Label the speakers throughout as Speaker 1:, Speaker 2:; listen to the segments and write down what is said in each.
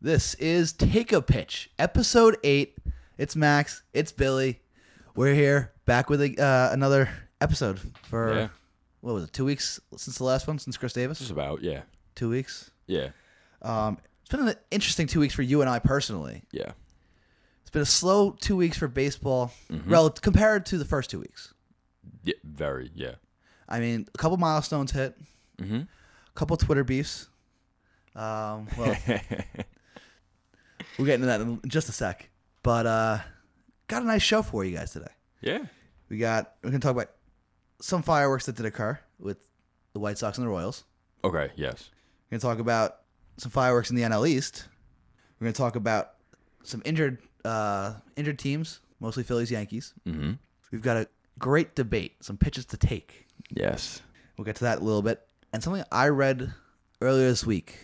Speaker 1: This is Take a Pitch, episode eight. It's Max. It's Billy. We're here back with a, uh, another episode for
Speaker 2: Yeah.
Speaker 1: what was it? Two weeks since the last one, since Chris
Speaker 2: Just
Speaker 1: Davis.
Speaker 2: about, yeah.
Speaker 1: Two weeks.
Speaker 2: Yeah.
Speaker 1: Um, it's been an interesting two weeks for you and I personally.
Speaker 2: Yeah.
Speaker 1: It's been a slow two weeks for baseball, rel- compared to the first two weeks.
Speaker 2: Yeah. Very, yeah.
Speaker 1: I mean, a couple milestones hit,
Speaker 2: Mhm.
Speaker 1: a couple Twitter beefs. Um, well, we'll get into that in just a sec. But uh, got a nice show for you guys today.
Speaker 2: Yeah.
Speaker 1: We got we're gonna talk about some fireworks that did occur with the White Sox and the Royals.
Speaker 2: Okay, yes.
Speaker 1: We're gonna talk about some fireworks in the NL East. We're gonna talk about some injured uh, injured teams, mostly Phillies, Yankees.
Speaker 2: Mm-hmm.
Speaker 1: We've got a great debate, some pitches to take.
Speaker 2: Yes.
Speaker 1: We'll get to that in a little bit. And something I read earlier this week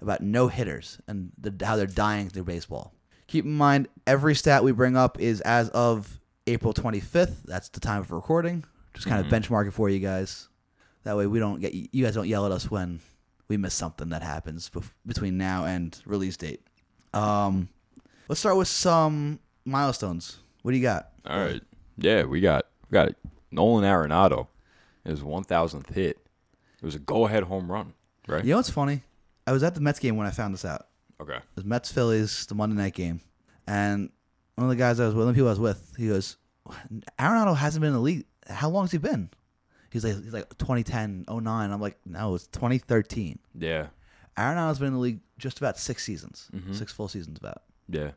Speaker 1: about no hitters and the, how they're dying through baseball. Keep in mind, every stat we bring up is as of April 25th. That's the time of recording. Just kind of benchmark it for you guys. That way, we don't get you guys don't yell at us when we miss something that happens bef- between now and release date. Um, let's start with some milestones. What do you got?
Speaker 2: All right. Yeah, we got we got Nolan Arenado. His one thousandth hit. It was a go ahead home run, right?
Speaker 1: You know what's funny? I was at the Mets game when I found this out.
Speaker 2: Okay.
Speaker 1: It was Mets Phillies, the Monday night game. And one of the guys I was with, one of the people I was with, he goes, Arenado hasn't been in the league. How long's he been? He's like, he's like 2010, 09. I'm like, no, it's 2013.
Speaker 2: Yeah.
Speaker 1: Arenado's been in the league just about six seasons, six full seasons, about
Speaker 2: Yeah.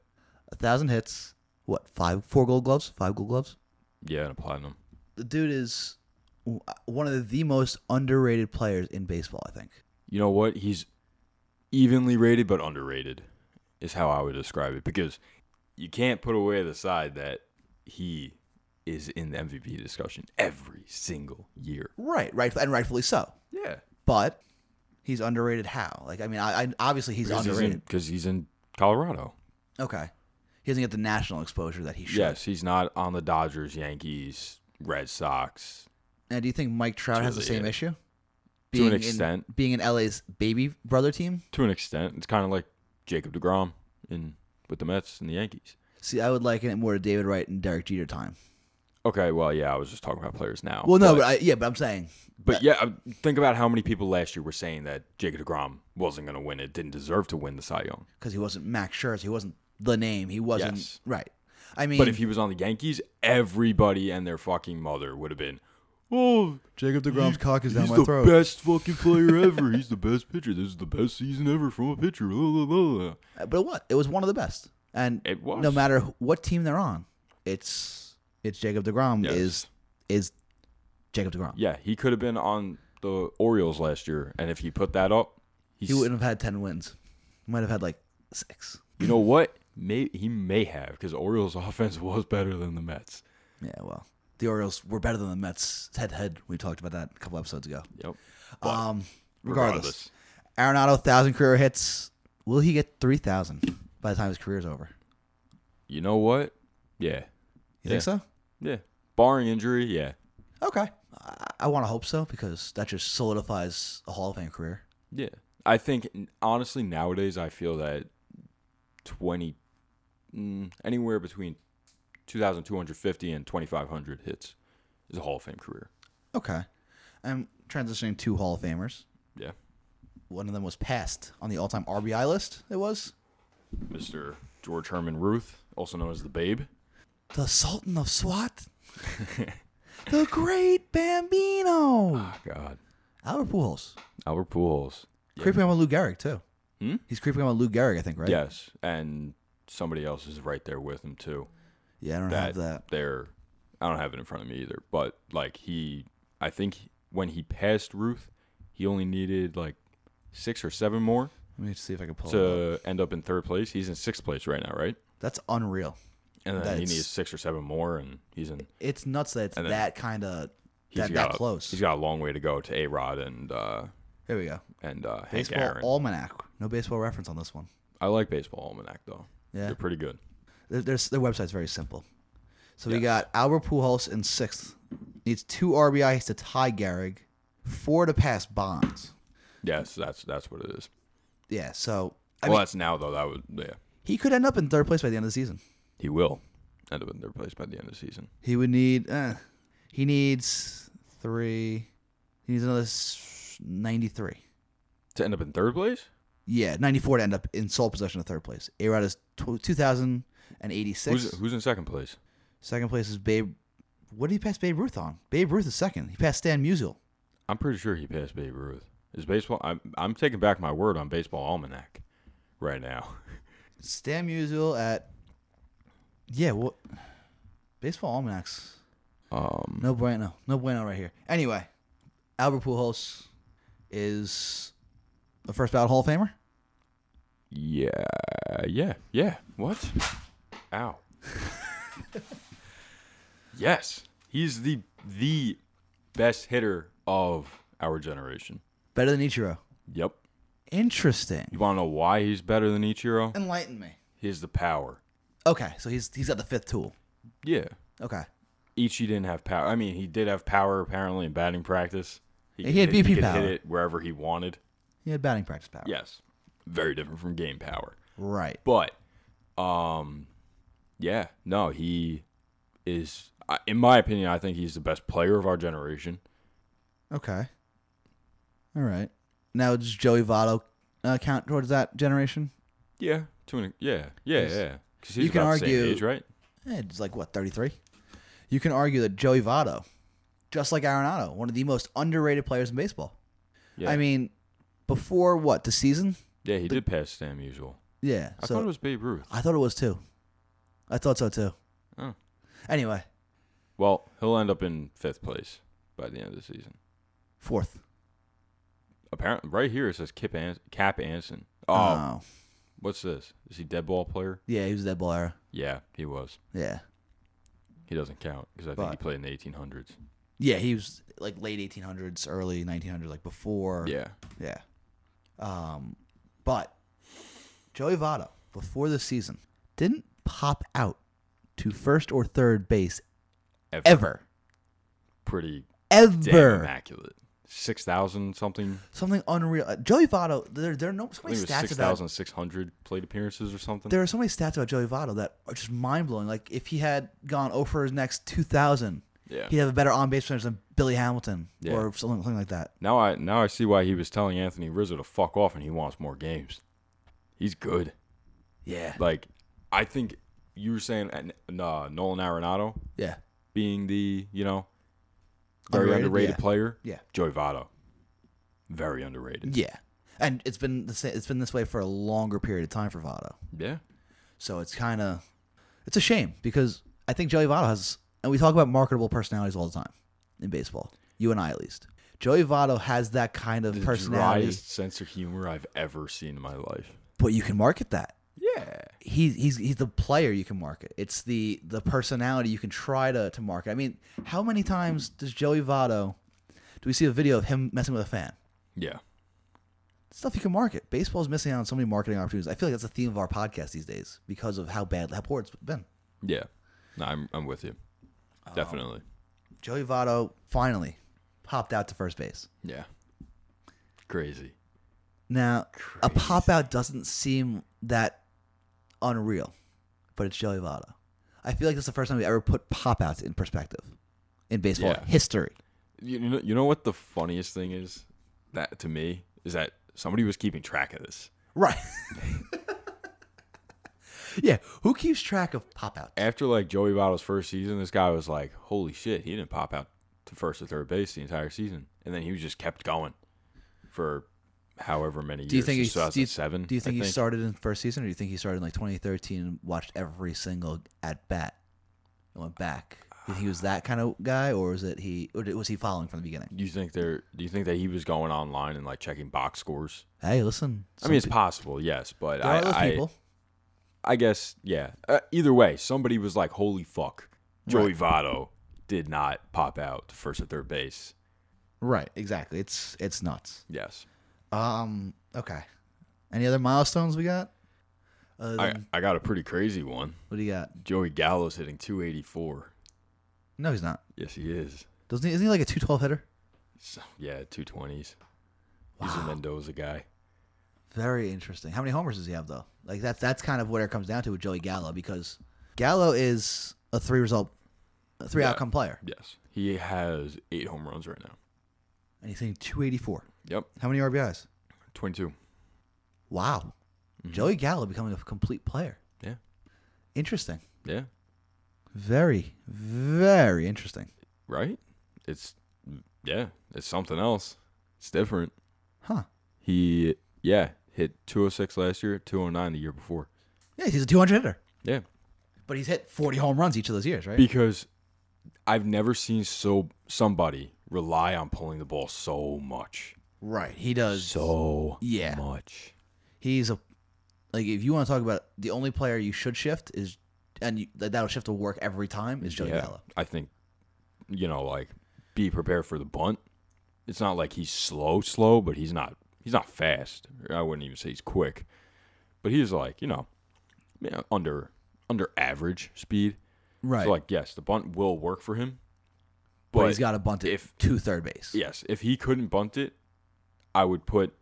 Speaker 1: a thousand hits. What five, four Gold Gloves, five Gold Gloves?
Speaker 2: Yeah, and a platinum.
Speaker 1: The dude is w- uh, one of the most underrated players in baseball. I think.
Speaker 2: You know what? He's evenly rated but underrated is how I would describe it because you can't put away the side that he is in the MVP discussion every single year.
Speaker 1: Right, right, and rightfully so.
Speaker 2: Yeah.
Speaker 1: But he's underrated. How? Like, I mean, I, I obviously he's underrated.
Speaker 2: because he's in Colorado.
Speaker 1: Okay. He doesn't get the national exposure that he should.
Speaker 2: Yes, he's not on the Dodgers, Yankees, Red Sox.
Speaker 1: Now, do you think Mike Trout has the
Speaker 2: really
Speaker 1: same
Speaker 2: it.
Speaker 1: issue?
Speaker 2: To an
Speaker 1: in-
Speaker 2: extent.
Speaker 1: being in LA's baby brother team.
Speaker 2: To an extent, it's kind of like Jacob Degrom in with the Mets and the Yankees.
Speaker 1: See, I would liken it more to David Wright and Derek Jeter time.
Speaker 2: Okay, well, yeah, I was just talking about players now.
Speaker 1: Well, no, but,
Speaker 2: but,
Speaker 1: I, yeah, but I'm saying
Speaker 2: but yeah, I- think about how many people last year were saying that Jacob Degrom wasn't going to win it, didn't deserve to win the Cy Young.
Speaker 1: because he wasn't Max Scherzer, he wasn't the name, he wasn't
Speaker 2: Yes.
Speaker 1: right. I mean,
Speaker 2: But if he was on the Yankees, everybody and their fucking mother would have been, oh,
Speaker 1: Jacob Degrom's cock is
Speaker 2: He's the best fucking player ever. He's the best pitcher. This is the best season ever from a pitcher. La, la, la, la.
Speaker 1: but what? It was one of the best, and
Speaker 2: It was.
Speaker 1: no matter wh- what team they're on, it's it's Jacob Degrom
Speaker 2: Yes.
Speaker 1: is is Jacob Degrom.
Speaker 2: Yeah, he could have been on the Orioles last year, and if he put that up, he's,
Speaker 1: He wouldn't have had ten wins. He might have had like six.
Speaker 2: You know what? May he may have because Orioles offense was better than the Mets.
Speaker 1: Yeah, well, the Orioles were better than the Mets head to head. We talked about that a couple episodes ago.
Speaker 2: Yep.
Speaker 1: Um, regardless, Arenado thousand career hits. Will he get three thousand by the time his career's over?
Speaker 2: you know what? Yeah,
Speaker 1: You think so?
Speaker 2: yeah. Barring injury, yeah,
Speaker 1: Okay, I, I want to hope so because that just solidifies a Hall of Fame career.
Speaker 2: yeah. I think n- honestly nowadays I feel that twenty, mm, anywhere between two thousand two hundred fifty and twenty five hundred hits is a Hall of Fame career.
Speaker 1: Okay, I'm transitioning to Hall of Famers.
Speaker 2: Yeah,
Speaker 1: One of them was passed on the all-time RBI list. It was
Speaker 2: Mister George Herman Ruth, also known as the Babe.
Speaker 1: the Sultan of SWAT, the Great
Speaker 2: Ah.
Speaker 1: Bambino,
Speaker 2: God.
Speaker 1: Albert Pujols.
Speaker 2: Albert Pujols.
Speaker 1: Creeping up on Lou Gehrig too.
Speaker 2: Hmm?
Speaker 1: He's creeping up on Lou Gehrig, I think, right?
Speaker 2: Yes, and somebody else is right there with him too.
Speaker 1: Yeah, I don't
Speaker 2: That,
Speaker 1: have that.
Speaker 2: they're, I don't have it in front of me either. But like he, I think when he passed Ruth, he only needed like six or seven more
Speaker 1: Let me see if I can pull. it up.
Speaker 2: to end up in third place. He's in sixth place right now, right?
Speaker 1: That's unreal.
Speaker 2: And then he
Speaker 1: That's-
Speaker 2: needs six or seven more, and he's in.
Speaker 1: It's nuts that it's
Speaker 2: then-
Speaker 1: that kind of
Speaker 2: He's
Speaker 1: that,
Speaker 2: got
Speaker 1: that close.
Speaker 2: He's got a long way to go to A Rod and uh,
Speaker 1: Here we go.
Speaker 2: and uh, Hank
Speaker 1: Baseball
Speaker 2: Aaron.
Speaker 1: almanac. No baseball reference on this one.
Speaker 2: I like baseball almanac though.
Speaker 1: Yeah.
Speaker 2: they're pretty good.
Speaker 1: Their, their, their website's very simple. So we got Albert Pujols in sixth. Needs two RBIs to tie Gehrig, four to pass Bonds.
Speaker 2: Yes, that's that's what it is.
Speaker 1: Yeah. So I
Speaker 2: well,
Speaker 1: mean-
Speaker 2: that's now though. That would yeah.
Speaker 1: He could end up in third place by the end of the season.
Speaker 2: He will end up in third place by the end of the season.
Speaker 1: He would need. Uh, he needs three. He needs another s- ninety-three.
Speaker 2: To end up in third place?
Speaker 1: Yeah, ninety-four to end up in sole possession of third place. A Rod is tw- two thousand and eighty-six.
Speaker 2: Who's who's in second place?
Speaker 1: Second place is Babe. What did he pass Babe Ruth on? Babe Ruth is second. He passed Stan Musial.
Speaker 2: I'm pretty sure he passed Babe Ruth. Is baseball? I'm I'm taking back my word on baseball almanac right now.
Speaker 1: Stan Musial at. Yeah, what? Baseball almanacs.
Speaker 2: Um,
Speaker 1: No bueno. No bueno right here. Anyway, Albert Pujols is the first ballot Hall of Famer.
Speaker 2: yeah, yeah, yeah. What? Ow. yes, he's the the best hitter of our generation.
Speaker 1: Better than Ichiro.
Speaker 2: Yep.
Speaker 1: Interesting.
Speaker 2: You want to know why he's better than Ichiro?
Speaker 1: Enlighten me.
Speaker 2: He's the power.
Speaker 1: Okay, so he's he's got the fifth tool.
Speaker 2: Yeah.
Speaker 1: Okay.
Speaker 2: Ichi didn't have power. I mean, he did have power apparently in batting practice.
Speaker 1: He
Speaker 2: could
Speaker 1: had
Speaker 2: hit-
Speaker 1: BP
Speaker 2: could
Speaker 1: power.
Speaker 2: Hit it wherever he wanted.
Speaker 1: He had batting practice power.
Speaker 2: Yes. Very different from game power.
Speaker 1: Right.
Speaker 2: But um yeah, no, he is I- in my opinion, I think he's the best player of our generation.
Speaker 1: Okay. All right. Now does Joey Votto uh, count towards that generation?
Speaker 2: Yeah. To an, yeah. Yeah, yeah. Cuz he's
Speaker 1: You can
Speaker 2: about the same
Speaker 1: argue-
Speaker 2: age, right?
Speaker 1: Eh, It's like what thirty three. You can argue that Joey Votto, just like Arenado, one of the most underrated players in baseball.
Speaker 2: Yeah.
Speaker 1: I mean, before what the season?
Speaker 2: yeah, he did pass Sam Usual.
Speaker 1: Yeah.
Speaker 2: I
Speaker 1: so
Speaker 2: thought it was Babe Ruth.
Speaker 1: I thought it was too. I thought so too.
Speaker 2: Oh.
Speaker 1: Anyway,
Speaker 2: Well, he'll end up in 5th place by the end of the season.
Speaker 1: fourth.
Speaker 2: Apparently right here it says Kip An- Cap Anson. Oh,
Speaker 1: oh.
Speaker 2: what's this? Is he dead ball player?
Speaker 1: Yeah, he was a dead ball era.
Speaker 2: Yeah, he was.
Speaker 1: Yeah.
Speaker 2: He doesn't count cuz I think he
Speaker 1: But-
Speaker 2: played in the 1800s.
Speaker 1: Yeah, he was like late 1800s, early 1900s, like before.
Speaker 2: Yeah.
Speaker 1: Yeah. Um, but Joey Votto, before the season, didn't pop out to first or third base ever.
Speaker 2: Pretty damn
Speaker 1: Ever.
Speaker 2: immaculate. Six thousand something.
Speaker 1: Something unreal. Uh, Joey Votto, there, there are no, so
Speaker 2: I think
Speaker 1: many
Speaker 2: it was
Speaker 1: stats
Speaker 2: six
Speaker 1: about
Speaker 2: thousand six hundred plate appearances or something.
Speaker 1: There are so many stats about Joey Votto that are just mind blowing. Like, if he had gone over his next 2,000,
Speaker 2: Yeah.
Speaker 1: he'd have a better on base percentage than Billy Hamilton
Speaker 2: Yeah.
Speaker 1: or something, something like that.
Speaker 2: Now I now I see why he was telling Anthony Rizzo to fuck off, and he wants more games. He's good.
Speaker 1: Yeah.
Speaker 2: Like I think you were saying, uh, n- uh, Nolan Arenado
Speaker 1: Yeah.
Speaker 2: being the you know very underrated,
Speaker 1: Underrated, yeah.
Speaker 2: player.
Speaker 1: Yeah.
Speaker 2: Joey Votto, very underrated.
Speaker 1: Yeah, and it's been the same, it's been this way for a longer period of time for Votto.
Speaker 2: Yeah.
Speaker 1: So it's kind of it's a shame because I think Joey Votto has, and we talk about marketable personalities all the time in baseball. You and I, at least. Joey Votto has that kind of
Speaker 2: The
Speaker 1: personality,
Speaker 2: driest sense of humor I've ever seen in my life.
Speaker 1: but you can market that.
Speaker 2: Yeah.
Speaker 1: He, he's he's the player you can market. It's the the personality you can try to to market. I mean, how many times does Joey Votto? Do we see a video of him messing with a fan?
Speaker 2: Yeah.
Speaker 1: stuff you can market. Baseball's missing out on so many marketing opportunities. I feel like that's the theme of our podcast these days because of how bad, how poor it's been.
Speaker 2: Yeah. No, I'm I'm with you.
Speaker 1: Oh.
Speaker 2: Definitely.
Speaker 1: Joey Votto finally popped out to first base.
Speaker 2: Yeah. Crazy.
Speaker 1: Now, a pop out doesn't seem that unreal, but it's Joey Votto. I feel like that's the first time we ever put pop outs in perspective in baseball
Speaker 2: Yeah.
Speaker 1: history.
Speaker 2: You know, you know what the funniest thing is that to me is that somebody was keeping track of this.
Speaker 1: Right. yeah. Who keeps track of pop outs?
Speaker 2: After like Joey Votto's first season, this guy was like, "Holy shit, he didn't pop out to first or third base the entire season," and then he was just kept going for however many years.
Speaker 1: Do you think
Speaker 2: since
Speaker 1: he, do you,
Speaker 2: 2007?
Speaker 1: do you
Speaker 2: I
Speaker 1: think he started in first season, or do you think he started in like 2013 and watched every single at bat and went back? Do you think he was that kind of guy, or was it he? Or was he following from the beginning?
Speaker 2: Do you think there? Do you think that he was going online and like checking box scores?
Speaker 1: Hey, listen.
Speaker 2: I mean, it's possible, yes, but
Speaker 1: there are those
Speaker 2: I, I,
Speaker 1: people.
Speaker 2: I guess, yeah. Uh, either way, somebody was like, "Holy fuck, Joey Votto did not pop out to first or third base."
Speaker 1: Right. Exactly. It's it's nuts.
Speaker 2: Yes,
Speaker 1: Um. Okay. Any other milestones we got? Other
Speaker 2: I,
Speaker 1: than,
Speaker 2: I got a pretty crazy one.
Speaker 1: what do you got?
Speaker 2: Joey Gallo's hitting 284.
Speaker 1: No, he's not.
Speaker 2: Yes, he is.
Speaker 1: Doesn't he? Isn't he like a two twelve hitter?
Speaker 2: So, yeah, 220s. He's a Mendoza guy.
Speaker 1: Very interesting. How many homers does he have though? Like that's that's kind of what it comes down to with Joey Gallo because Gallo is a three result, a three
Speaker 2: Yeah.
Speaker 1: outcome player,
Speaker 2: Yes, he has eight home runs right now.
Speaker 1: and he's hitting two eighty four.
Speaker 2: Yep,
Speaker 1: How many RBIs?
Speaker 2: twenty-two.
Speaker 1: Wow, Joey Gallo becoming a complete player.
Speaker 2: Mm-hmm. Yeah,
Speaker 1: Interesting.
Speaker 2: yeah,
Speaker 1: Very, very interesting.
Speaker 2: right. It's yeah, it's something else. It's different.
Speaker 1: Huh?
Speaker 2: He yeah hit two hundred six last year, two hundred nine the year before.
Speaker 1: Yeah, he's a two hundred hitter,
Speaker 2: Yeah,
Speaker 1: but he's hit forty home runs each of those years, right?
Speaker 2: because I've never seen so somebody rely on pulling the ball so much,
Speaker 1: right. He does.
Speaker 2: so
Speaker 1: Yeah.
Speaker 2: much.
Speaker 1: he's a like if you want to talk about the only player you should shift is and you, that- that'll shift will work every time is Joey Gallo.
Speaker 2: I think, you know, like be prepared for the bunt. It's not like he's slow, slow, but he's not he's not fast. I wouldn't even say he's quick, but he's like you know, yeah, under under average speed.
Speaker 1: Right.
Speaker 2: So like yes, the bunt will work for him,
Speaker 1: but, he's got to bunt it
Speaker 2: if-
Speaker 1: to third base.
Speaker 2: yes, if he couldn't bunt it, I would put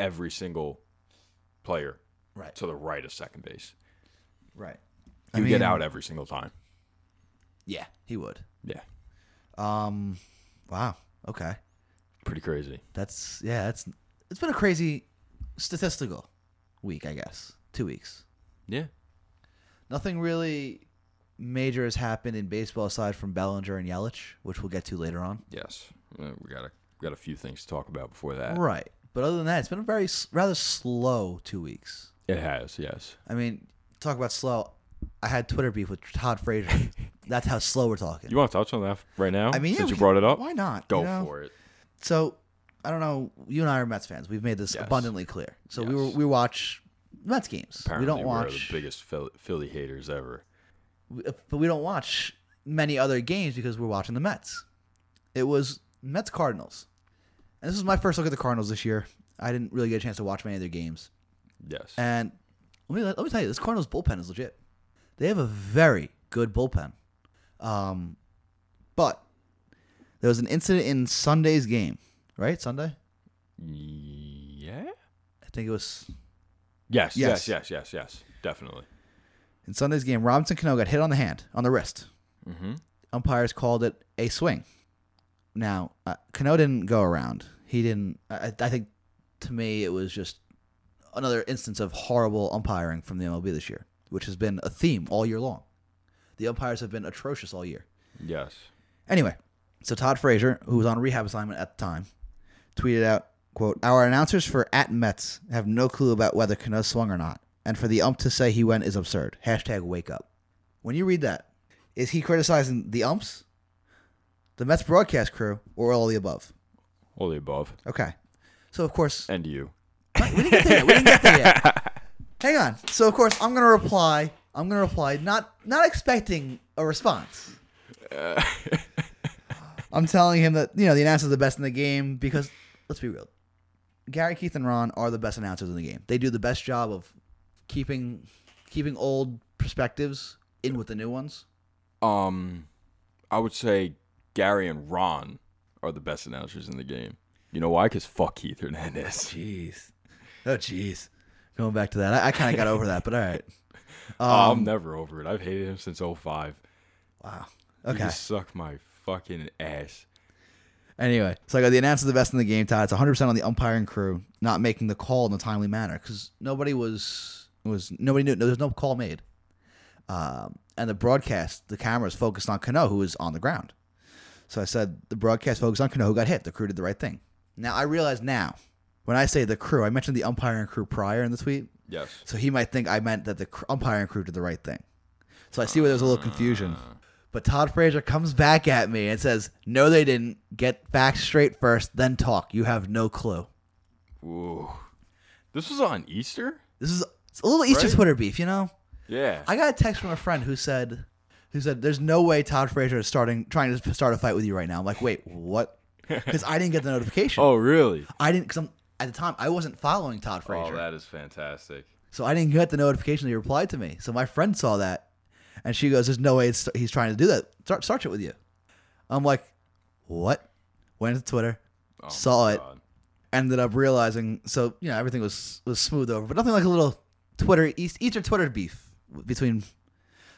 Speaker 2: every single player
Speaker 1: Right.
Speaker 2: to the right of second base.
Speaker 1: Right.
Speaker 2: He would get out every single time.
Speaker 1: Yeah, he would.
Speaker 2: Yeah,
Speaker 1: Um wow. Okay.
Speaker 2: pretty crazy.
Speaker 1: That's yeah, that's it's been a crazy statistical week, I guess. 2 weeks.
Speaker 2: Yeah,
Speaker 1: Nothing really major has happened in baseball aside from Bellinger and Yelich, which we'll get to later on.
Speaker 2: Yes, Uh, we got a we got a few things to talk about before that.
Speaker 1: Right. But other than that, it's been a very s- rather slow 2 weeks.
Speaker 2: It has, yes.
Speaker 1: I mean, talk about slow. I had Twitter beef with Todd Frazier. That's how slow we're talking.
Speaker 2: You want to touch on that right now?
Speaker 1: I mean, yeah,
Speaker 2: since
Speaker 1: we
Speaker 2: you
Speaker 1: can-
Speaker 2: brought it up,
Speaker 1: why not,
Speaker 2: Go
Speaker 1: you know?
Speaker 2: for it.
Speaker 1: so I don't know. You and I are Mets fans. We've made this
Speaker 2: Yes.
Speaker 1: abundantly clear. So we were,
Speaker 2: Yes.
Speaker 1: we watch Mets games.
Speaker 2: Apparently,
Speaker 1: we don't
Speaker 2: are the
Speaker 1: watch,
Speaker 2: biggest Phil- Philly haters ever.
Speaker 1: but we don't watch many other games because we're watching the Mets. It was Mets Cardinals, and this was my first look at the Cardinals this year. I didn't really get a chance to watch many of their games.
Speaker 2: Yes,
Speaker 1: And let me let me tell you, this Cardinals bullpen is legit. They have a very good bullpen. Um, but there was an incident in Sunday's game, right? Sunday,
Speaker 2: yeah.
Speaker 1: I think it was
Speaker 2: Yes,
Speaker 1: Yes.
Speaker 2: yes, yes, yes, yes. Definitely.
Speaker 1: in Sunday's game. Robinson Cano got hit on the hand, on the wrist.
Speaker 2: Mm-hmm.
Speaker 1: Umpires called it a swing. Now uh, Cano didn't go around. He didn't. I, I think to me it was just another instance of horrible umpiring from the MLB this year, which has been a theme all year long. The umpires have been atrocious all year.
Speaker 2: Yes.
Speaker 1: Anyway, so Todd Frazier, who was on rehab assignment at the time, tweeted out, quote, Our announcers for at Mets have no clue about whether Cano swung or not, and for the ump to say he went is absurd. Hashtag wake up. When you read that, is he criticizing the umps, the Mets broadcast crew, or all the above?
Speaker 2: All the above.
Speaker 1: Okay. So of course
Speaker 2: And you.
Speaker 1: we didn't get there yet. We didn't get there yet. Hang on. So of course I'm gonna reply. I'm gonna reply, not not expecting a response. I'm telling him that you know the announcers are the best in the game because let's be real, Gary, Keith, and Ron are the best announcers in the game. They do the best job of keeping keeping old perspectives in with the new ones.
Speaker 2: Um, I would say Gary and Ron are the best announcers in the game. You know why? Because fuck Keith Hernandez.
Speaker 1: Jeez. Oh jeez. Going back to that, I, I kind of got over that, but all right. Um,
Speaker 2: Oh, I'm never over it. I've hated him since 05.
Speaker 1: Wow.
Speaker 2: He
Speaker 1: Okay.
Speaker 2: just sucked my fucking ass.
Speaker 1: Anyway, so I got the announcer the best in the game, Todd. It's 100% on the umpiring crew not making the call in a timely manner because nobody was was nobody knew there was no call made. Um, and the broadcast, the cameras focused on Cano who was on the ground. So I said the broadcast focused on Cano who got hit. The crew did the right thing. Now I realize now when I say the crew, I mentioned the umpiring crew prior in the tweet,
Speaker 2: Yes.
Speaker 1: so he might think I meant that the cr- umpiring crew did the right thing. So I see where there's a little confusion.
Speaker 2: Ah.
Speaker 1: But Todd Frazier comes back at me and says, No, they didn't. Get back straight first, then talk. You have no clue.
Speaker 2: Ooh. This was on Easter?
Speaker 1: This is it's a little Easter
Speaker 2: Right?
Speaker 1: Twitter beef, you know?
Speaker 2: Yeah.
Speaker 1: I got a text from a friend who said, who said, There's no way Todd Frazier is starting trying to start a fight with you right now. I'm like, wait, what? Because I didn't get the notification.
Speaker 2: oh, really?
Speaker 1: I didn't because at the time I wasn't following Todd Frazier.
Speaker 2: Oh, that is fantastic.
Speaker 1: So I didn't get the notification that he replied to me. So my friend saw that, and she goes, "There's no way it's, he's trying to do that. Start search it with you." I'm like, "What?" Went to Twitter,
Speaker 2: Oh, my
Speaker 1: saw it,
Speaker 2: God.
Speaker 1: ended up realizing. So you know everything was was smooth over, but nothing like a little Twitter East, Easter Twitter beef between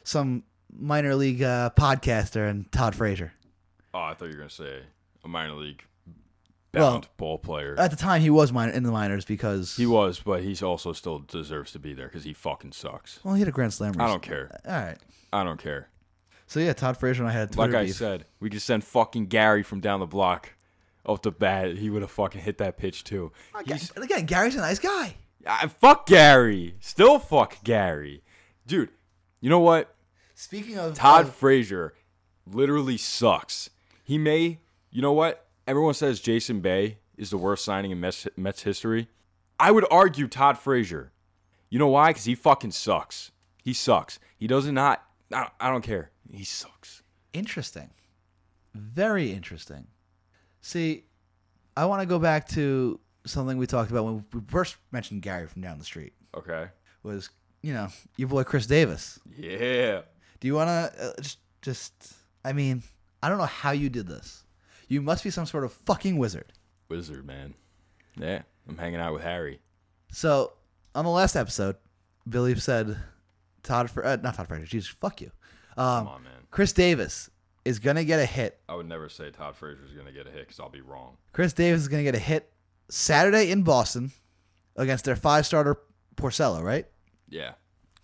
Speaker 1: some minor league uh, podcaster and Todd Frazier.
Speaker 2: Oh, I thought you were gonna say a minor league bound ball player.
Speaker 1: At the time, he was minor in the minors because
Speaker 2: he was, but he's also still deserves to be there because he fucking sucks.
Speaker 1: well, he had a grand slam.
Speaker 2: I
Speaker 1: recently.
Speaker 2: don't care.
Speaker 1: All right.
Speaker 2: I don't care.
Speaker 1: So yeah, Todd Frazier and I had a Twitter
Speaker 2: Like I
Speaker 1: beef.
Speaker 2: said, we could send fucking Gary from down the block off the bat. He would have fucking hit that pitch too. He's
Speaker 1: Ga- Again, Gary's a nice guy.
Speaker 2: I, fuck Gary. Still fuck Gary, dude. You know what?
Speaker 1: Speaking of
Speaker 2: Todd
Speaker 1: of-
Speaker 2: Frazier literally sucks. He may, you know what? Everyone says Jason Bay is the worst signing in Mets, Mets history. I would argue Todd Frazier. You know why? Because he fucking sucks. He sucks. He does not. I, I don't care. He sucks.
Speaker 1: interesting, very interesting. See, I want to go back to something we talked about when we first mentioned Gary from down the street.
Speaker 2: Okay.
Speaker 1: Was you know your boy Chris Davis?
Speaker 2: Yeah.
Speaker 1: Do you want to uh, just just? I mean, I don't know how you did this. You must be some sort of fucking wizard.
Speaker 2: Wizard, man. Yeah. I'm hanging out with Harry.
Speaker 1: So on the last episode, Billy said, "Todd, Fra- uh, not Todd Frazier. Jesus, fuck you." Um,
Speaker 2: Come on, man.
Speaker 1: Chris Davis is gonna get a hit.
Speaker 2: I would never say Todd Frazier's going to get a hit because I'll be wrong.
Speaker 1: Chris Davis is gonna get a hit Saturday in Boston against their five starter Porcello, right?
Speaker 2: Yeah.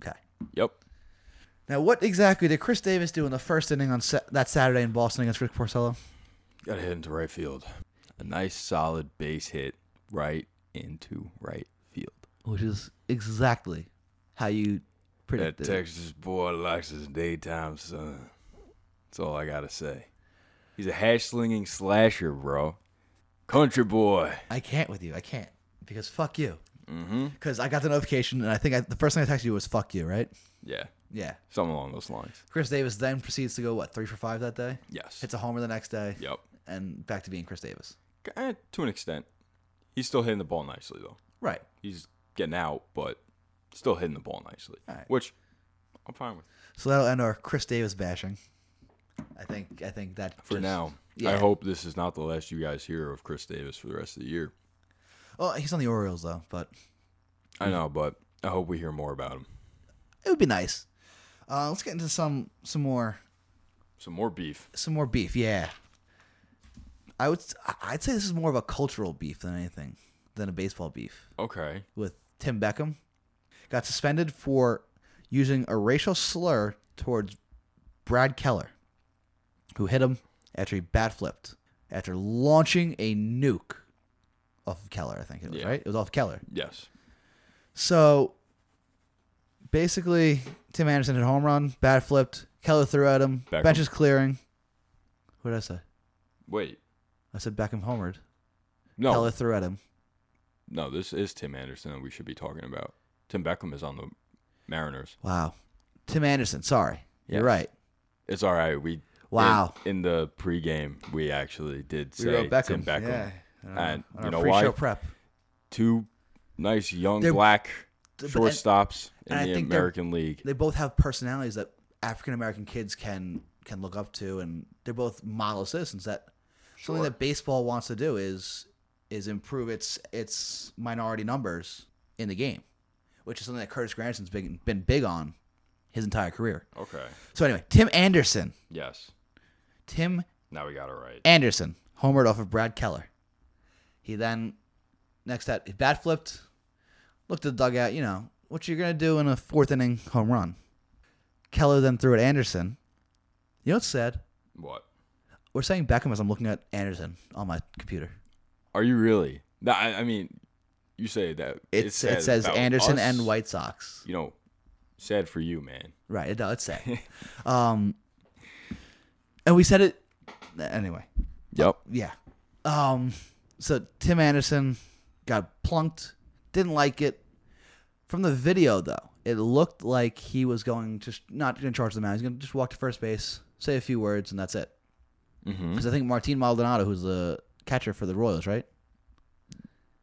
Speaker 1: Okay.
Speaker 2: Yep.
Speaker 1: Now, what exactly did Chris Davis do in the first inning on sa- that Saturday in Boston against Rick Porcello?
Speaker 2: Got to hit into right field. A nice solid base hit right into right field.
Speaker 1: Which is exactly how you
Speaker 2: That
Speaker 1: predicted. it.
Speaker 2: Texas boy likes his daytime sun. That's all I got to say. He's a hash slinging slasher, bro. Country boy.
Speaker 1: I can't with you. I can't because fuck you.
Speaker 2: Mm-hmm.
Speaker 1: Because I got the notification and I think I, the first thing I texted you was fuck you, right?
Speaker 2: Yeah,
Speaker 1: Yeah.
Speaker 2: something along those lines.
Speaker 1: Chris Davis then proceeds to go what three for five that day.
Speaker 2: Yes.
Speaker 1: Hits a homer the next day.
Speaker 2: Yep.
Speaker 1: And back to being Chris Davis.
Speaker 2: Eh, to an extent. He's still hitting the ball nicely, though.
Speaker 1: Right.
Speaker 2: He's getting out, but still hitting the ball nicely,
Speaker 1: Alright.
Speaker 2: which I'm fine with.
Speaker 1: So that'll end our Chris Davis bashing. I think I think that
Speaker 2: For
Speaker 1: just-
Speaker 2: now, I
Speaker 1: yeah.
Speaker 2: hope this is not the last you guys hear of Chris Davis for the rest of the year.
Speaker 1: Oh, he's on the Orioles though, but
Speaker 2: I know, but I hope we hear more about him.
Speaker 1: it would be nice. Uh, let's get into some some more
Speaker 2: Some more beef.
Speaker 1: some more beef. Yeah, I would s- I- I'd say this is more of a cultural beef than anything than a baseball beef
Speaker 2: Okay.
Speaker 1: with Tim Beckham. Got suspended for using a racial slur towards Brad Keller, who hit him after he bat flipped after launching a nuke off of Keller. I think it was
Speaker 2: Yeah.
Speaker 1: right. It was off Keller.
Speaker 2: Yes.
Speaker 1: So basically, Tim Anderson hit a home run, bat flipped, Keller threw at him,
Speaker 2: Beckham.
Speaker 1: bench is clearing. What did I say?
Speaker 2: Wait.
Speaker 1: I said Beckham homered.
Speaker 2: No.
Speaker 1: Keller threw at him.
Speaker 2: No, this is Tim Anderson that we should be talking about. Tim Beckham is on the Mariners.
Speaker 1: Wow. Tim Anderson, sorry. You're
Speaker 2: Yes.
Speaker 1: right.
Speaker 2: It's all right. We
Speaker 1: Wow.
Speaker 2: in, in the pregame we actually did say Tim Beckham. And
Speaker 1: On
Speaker 2: you
Speaker 1: our
Speaker 2: know
Speaker 1: pre-show
Speaker 2: why?
Speaker 1: prep.
Speaker 2: Two nice young
Speaker 1: They're-
Speaker 2: black
Speaker 1: but-
Speaker 2: shortstops
Speaker 1: and I
Speaker 2: in the
Speaker 1: think they're-
Speaker 2: American League.
Speaker 1: They both have personalities that African American kids can can look up to, and they're both model citizens. That something
Speaker 2: Sure.
Speaker 1: that baseball wants to do is is improve its its minority numbers in the game, which is something that Curtis Granderson's been been big on his entire career.
Speaker 2: Okay.
Speaker 1: So anyway, Tim Anderson,
Speaker 2: Yes.
Speaker 1: Tim
Speaker 2: Now we got it right.
Speaker 1: Anderson homered off of Brad Keller. He then next at he bat flipped, looked at the dugout. You know what you're gonna do in a fourth inning home run. Keller then threw at Anderson. You know what's sad?
Speaker 2: What?
Speaker 1: We're saying Beckham as I'm looking at Anderson on my computer.
Speaker 2: Are you really? No, I, I mean, you say that
Speaker 1: It's,
Speaker 2: it's sad
Speaker 1: it says
Speaker 2: about
Speaker 1: Anderson
Speaker 2: us.
Speaker 1: and White Sox.
Speaker 2: You know, sad for you, man.
Speaker 1: Right. It does say. um, and we said it anyway.
Speaker 2: Yep.
Speaker 1: Yeah. Um. So Tim Anderson got plunked. Didn't like it. From the video though, it looked like he was going just not going to charge the mound. He's going to just walk to first base, say a few words, and that's it.
Speaker 2: Mm-hmm.
Speaker 1: Because I think Martin Maldonado, who's the catcher for the Royals, right?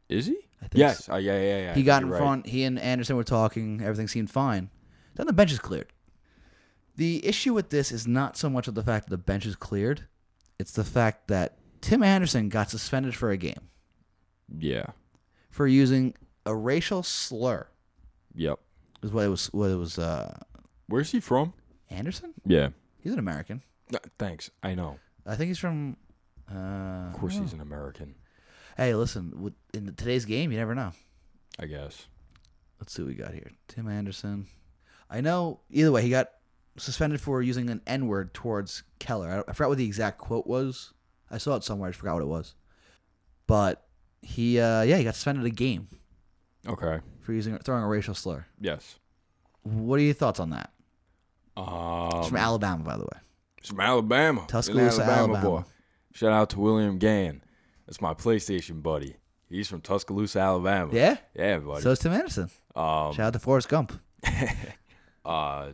Speaker 2: Is he?
Speaker 1: I think
Speaker 2: Yes. Oh, yeah, yeah, yeah.
Speaker 1: He got in
Speaker 2: You're right.
Speaker 1: front. He and Anderson were talking. Everything seemed fine. Then the bench is cleared. The issue with this is not so much of the fact that the bench is cleared; it's the fact that Tim Anderson got suspended for a game.
Speaker 2: Yeah.
Speaker 1: for using a racial slur.
Speaker 2: Yep.
Speaker 1: Is what it was. What it was. Uh,
Speaker 2: Where's he from?
Speaker 1: Anderson.
Speaker 2: Yeah.
Speaker 1: He's an American.
Speaker 2: Thanks. I know.
Speaker 1: I think he's from. Uh,
Speaker 2: Of course, he's an American.
Speaker 1: hey, listen. With, in today's game, you never know.
Speaker 2: I guess.
Speaker 1: Let's see what we got here. Tim Anderson. I know. Either way, he got suspended for using an N word towards Keller. I, I forgot what the exact quote was. I saw it somewhere. I just forgot what it was. But he, uh, yeah, he got suspended a game
Speaker 2: Okay.
Speaker 1: for using throwing a racial slur.
Speaker 2: Yes.
Speaker 1: What are your thoughts on that?
Speaker 2: Um,
Speaker 1: It's from Alabama, by the way.
Speaker 2: It's from Alabama.
Speaker 1: Tuscaloosa,
Speaker 2: An Alabama,
Speaker 1: Alabama.
Speaker 2: boy. Shout out to William Gann. That's my PlayStation buddy. He's from Tuscaloosa, Alabama.
Speaker 1: Yeah.
Speaker 2: Yeah, buddy.
Speaker 1: So it's Tim Anderson.
Speaker 2: um,
Speaker 1: Shout out to Forrest Gump.
Speaker 2: uh,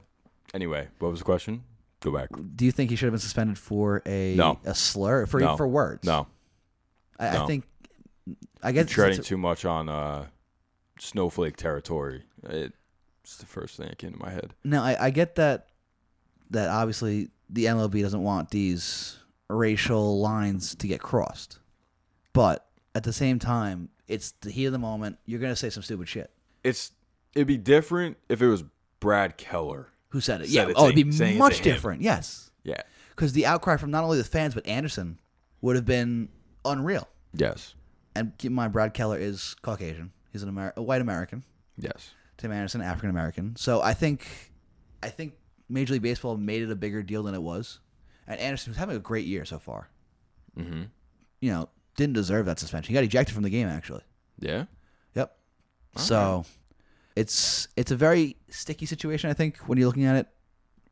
Speaker 2: anyway, what was the question? Go back.
Speaker 1: Do you think he should have been suspended for a
Speaker 2: No.
Speaker 1: a slur for
Speaker 2: No.
Speaker 1: for words?
Speaker 2: No,
Speaker 1: I, I
Speaker 2: No.
Speaker 1: think I
Speaker 2: you're
Speaker 1: guess
Speaker 2: treading
Speaker 1: it's-
Speaker 2: too much on uh, snowflake territory. It, it's the first thing that came to my head.
Speaker 1: no, I, I get that that obviously the MLB doesn't want these racial lines to get crossed, but at the same time, it's the heat of the moment. You're gonna say some stupid shit.
Speaker 2: It's it'd be different if it was Brad Keller.
Speaker 1: Who said it?
Speaker 2: Said
Speaker 1: yeah.
Speaker 2: it
Speaker 1: oh,
Speaker 2: to-
Speaker 1: it'd
Speaker 2: saying it
Speaker 1: be
Speaker 2: to
Speaker 1: much
Speaker 2: him.
Speaker 1: different. Yes,
Speaker 2: Yeah.
Speaker 1: because the outcry from not only the fans but Anderson would have been unreal.
Speaker 2: Yes.
Speaker 1: And keep in mind, Brad Keller is Caucasian. He's an Amer- a white American.
Speaker 2: Yes.
Speaker 1: Tim Anderson, African American. So I think, I think Major League Baseball made it a bigger deal than it was. And Anderson was having a great year so far.
Speaker 2: Mm-hmm.
Speaker 1: You know, didn't deserve that suspension. He got ejected from the game actually.
Speaker 2: Yeah.
Speaker 1: Yep. So it's it's a very sticky situation. I think when you're looking at it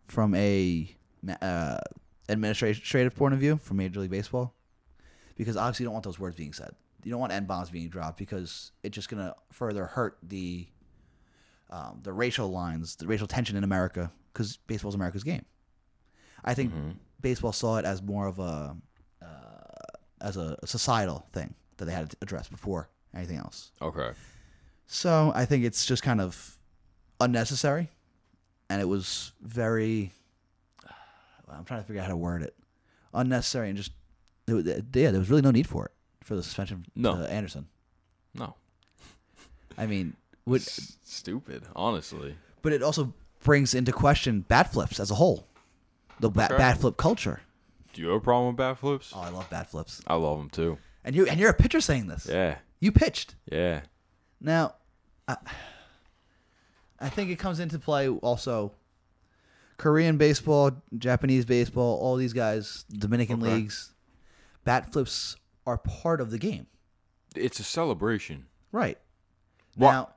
Speaker 1: from a ma- uh, administrative point of view from Major League Baseball, because obviously you don't want those words being said. You don't want n bombs being dropped because it's just gonna further hurt the um, the racial lines, the racial tension in America, because baseball's America's game. I think baseball saw it as more of a uh, as a societal thing that they had to address before anything else.
Speaker 2: Okay.
Speaker 1: So I think it's just kind of unnecessary, and it was very. I'm trying to figure out how to word it. Unnecessary and just there was- yeah, there was really no need for it for the suspension.
Speaker 2: No.
Speaker 1: to Anderson.
Speaker 2: No.
Speaker 1: I mean, would,
Speaker 2: S- stupid, honestly.
Speaker 1: but it also brings into question bat flips as a whole, the bat,
Speaker 2: Sure.
Speaker 1: bat flip culture.
Speaker 2: Do you have a problem with bat flips?
Speaker 1: Oh, I love bat flips,
Speaker 2: I love them too.
Speaker 1: and you and you're a pitcher saying this.
Speaker 2: Yeah.
Speaker 1: You pitched
Speaker 2: Yeah.
Speaker 1: now. I, I think it comes into play also Korean baseball, Japanese baseball, all these guys, Dominican
Speaker 2: Okay.
Speaker 1: leagues, bat flips are part of the game.
Speaker 2: It's a celebration.
Speaker 1: Right.
Speaker 2: Wha-
Speaker 1: Now,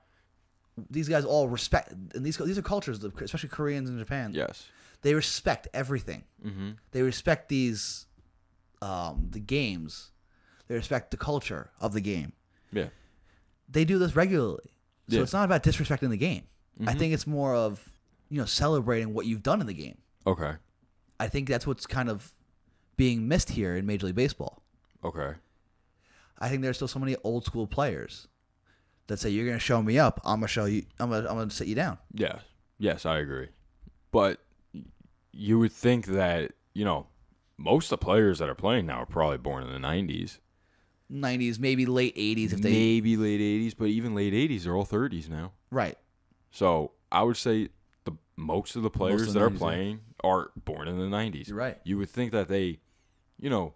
Speaker 1: these guys all respect, and these, these are cultures, especially Koreans and Japan.
Speaker 2: Yes.
Speaker 1: They respect everything.
Speaker 2: Mm-hmm.
Speaker 1: They respect these, um, the games. They respect the culture of the game.
Speaker 2: Yeah.
Speaker 1: They do this regularly. So
Speaker 2: Yeah. Mm-hmm.
Speaker 1: it's not about disrespecting the game. I think it's more of, you know, celebrating what you've done in the game.
Speaker 2: Okay.
Speaker 1: I think that's what's kind of being missed here in Major League Baseball.
Speaker 2: Okay.
Speaker 1: I think there's still so many old school players that say you're going to show me up, I'm going to show you I'm going to I'm going to sit you down.
Speaker 2: Yes. Yes, I agree. But y- you would think that, you know, most of the players that are playing now are probably born in the 90s.
Speaker 1: 90s, maybe late 80s if they
Speaker 2: Maybe late 80s, but even late 80s are all 30s now.
Speaker 1: right.
Speaker 2: So I would say the most of the players
Speaker 1: the
Speaker 2: that are
Speaker 1: 90s, yeah.
Speaker 2: playing are born in the 90s.
Speaker 1: You're right.
Speaker 2: You would think that they, you know,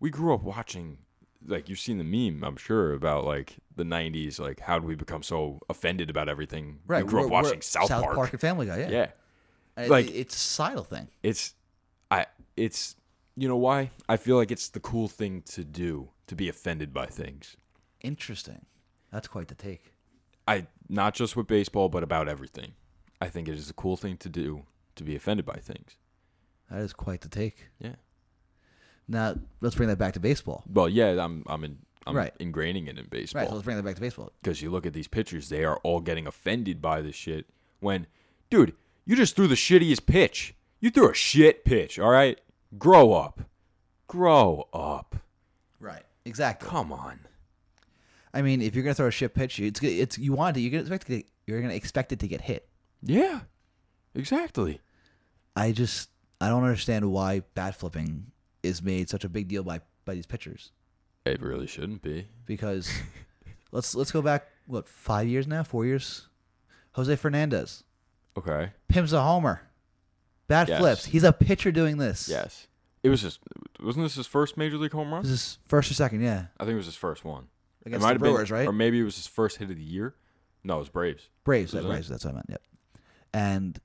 Speaker 2: we grew up watching, like, you've seen the meme, I'm sure, about, like, the 90s, like, how do we become so offended about everything?
Speaker 1: Right.
Speaker 2: We grew up
Speaker 1: We're- we're-
Speaker 2: watching South, Park.
Speaker 1: and Family Guy, yeah.
Speaker 2: yeah.
Speaker 1: And it-
Speaker 2: Like-
Speaker 1: it's a societal thing.
Speaker 2: It's, I, it's, you know why? I feel like it's the cool thing to do, to be offended by things.
Speaker 1: Interesting. That's quite the take.
Speaker 2: I not just with baseball, but about everything. I think it is a cool thing to do to be offended by things.
Speaker 1: That is quite the take.
Speaker 2: Yeah.
Speaker 1: Now, let's bring that back to baseball.
Speaker 2: Well, yeah, I'm I'm in, I'm
Speaker 1: Right.
Speaker 2: ingraining it in
Speaker 1: Right, so
Speaker 2: baseball
Speaker 1: let's bring that back to baseball.
Speaker 2: because you look at these pitchers, they are all getting offended by this shit. When, dude, you just threw the shittiest pitch. You threw a shit pitch. All right, grow up, grow up.
Speaker 1: Right. Exactly.
Speaker 2: Come on.
Speaker 1: I mean, if you're gonna throw a shit pitch, it's it's you want it. You're gonna expect it, you're gonna expect it to get hit.
Speaker 2: Yeah, exactly.
Speaker 1: I just I don't understand why bat flipping is made such a big deal by by these pitchers
Speaker 2: It really shouldn't be.
Speaker 1: because Let's let's go back what five years now, four years. Jose Fernandez
Speaker 2: Okay.
Speaker 1: pimps a homer, bat
Speaker 2: Yes.
Speaker 1: flips. He's a pitcher doing this.
Speaker 2: Yes. It was his. Wasn't this his first major league home
Speaker 1: this
Speaker 2: run?
Speaker 1: is first or second, yeah,
Speaker 2: I think it was his first one.
Speaker 1: against
Speaker 2: it might
Speaker 1: the Brewers,
Speaker 2: have been,
Speaker 1: right?
Speaker 2: Or maybe it was his first hit of the year. No, it was Braves.
Speaker 1: Braves, yeah,
Speaker 2: Isn't it?
Speaker 1: Braves. That's what I meant. Yep. And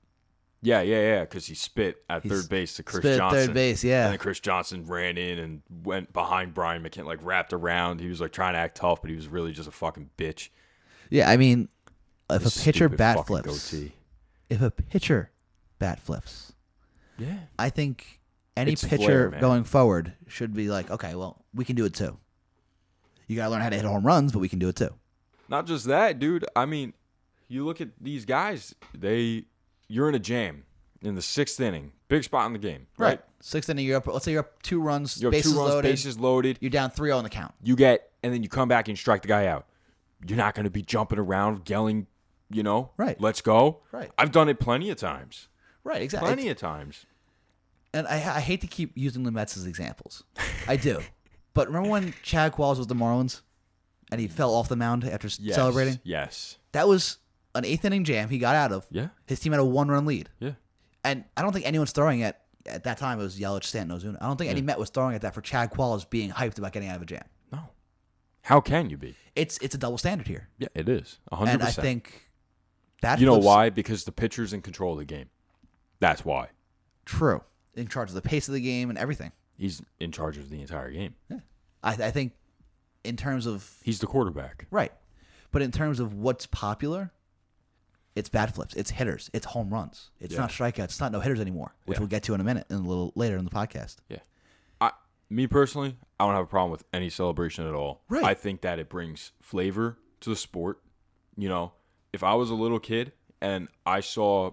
Speaker 2: Yeah, yeah, yeah. Because he spit at
Speaker 1: He
Speaker 2: third base to Chris
Speaker 1: spit at
Speaker 2: Johnson.
Speaker 1: third base,
Speaker 2: And
Speaker 1: yeah.
Speaker 2: then Chris Johnson ran in and went behind Brian McKinley, like wrapped around. He was like trying to act tough, but he was really just a fucking bitch.
Speaker 1: Yeah, I mean, if
Speaker 2: His
Speaker 1: a pitcher
Speaker 2: stupid
Speaker 1: bat
Speaker 2: fucking
Speaker 1: flips,
Speaker 2: goatee.
Speaker 1: if a pitcher bat flips,
Speaker 2: Yeah.
Speaker 1: I think any
Speaker 2: It's flair,
Speaker 1: pitcher
Speaker 2: man.
Speaker 1: going forward should be like, okay, well, we can do it too. You gotta learn how to hit home runs, but we can do it too.
Speaker 2: Not just that, dude. I mean, you look at these guys. They, you're in a jam in the sixth inning, big spot in the game, right?
Speaker 1: Sixth inning, you're up. Let's say you're up two runs,
Speaker 2: You have
Speaker 1: bases
Speaker 2: two runs,
Speaker 1: loaded.
Speaker 2: bases loaded.
Speaker 1: You're down 3-0 on the count.
Speaker 2: You get, and then you come back and you strike the guy out. You're not going to be jumping around, yelling, you know,
Speaker 1: Right.
Speaker 2: Let's go.
Speaker 1: Right.
Speaker 2: I've done it plenty of times.
Speaker 1: Right, exactly.
Speaker 2: Plenty of times.
Speaker 1: and I, I hate to keep using the Mets as examples. I do. But remember when Chad Qualls was the Marlins and he fell off the mound after s-
Speaker 2: Yes.
Speaker 1: celebrating?
Speaker 2: Yes.
Speaker 1: That was an eighth inning jam he got out of.
Speaker 2: Yeah.
Speaker 1: His team had a one run lead.
Speaker 2: Yeah.
Speaker 1: And I don't think anyone's throwing at at that time it was Yelich, Stanton, Ozuna. I don't think any Met was throwing at that for Chad Qualls being hyped about getting out of a jam.
Speaker 2: No. How can you be?
Speaker 1: It's it's a double standard here.
Speaker 2: Yeah, it is. A 100%.
Speaker 1: And I think that
Speaker 2: you know
Speaker 1: flips-
Speaker 2: why? Because the pitcher's in control of the game. That's why.
Speaker 1: True. In charge of the pace of the game and everything.
Speaker 2: He's in charge of the entire game.
Speaker 1: I, I think in terms of
Speaker 2: He's the quarterback.
Speaker 1: right, but in terms of what's popular, it's bat flips, it's hitters, it's home runs, it's
Speaker 2: Yeah.
Speaker 1: not strikeouts, it's not no hitters anymore, which
Speaker 2: Yeah.
Speaker 1: we'll get to in a minute and a little later in the podcast.
Speaker 2: Yeah. I me personally, I don't have a problem with any celebration at all.
Speaker 1: Right.
Speaker 2: I think that it brings flavor to the sport. You know, if I was a little kid and I saw,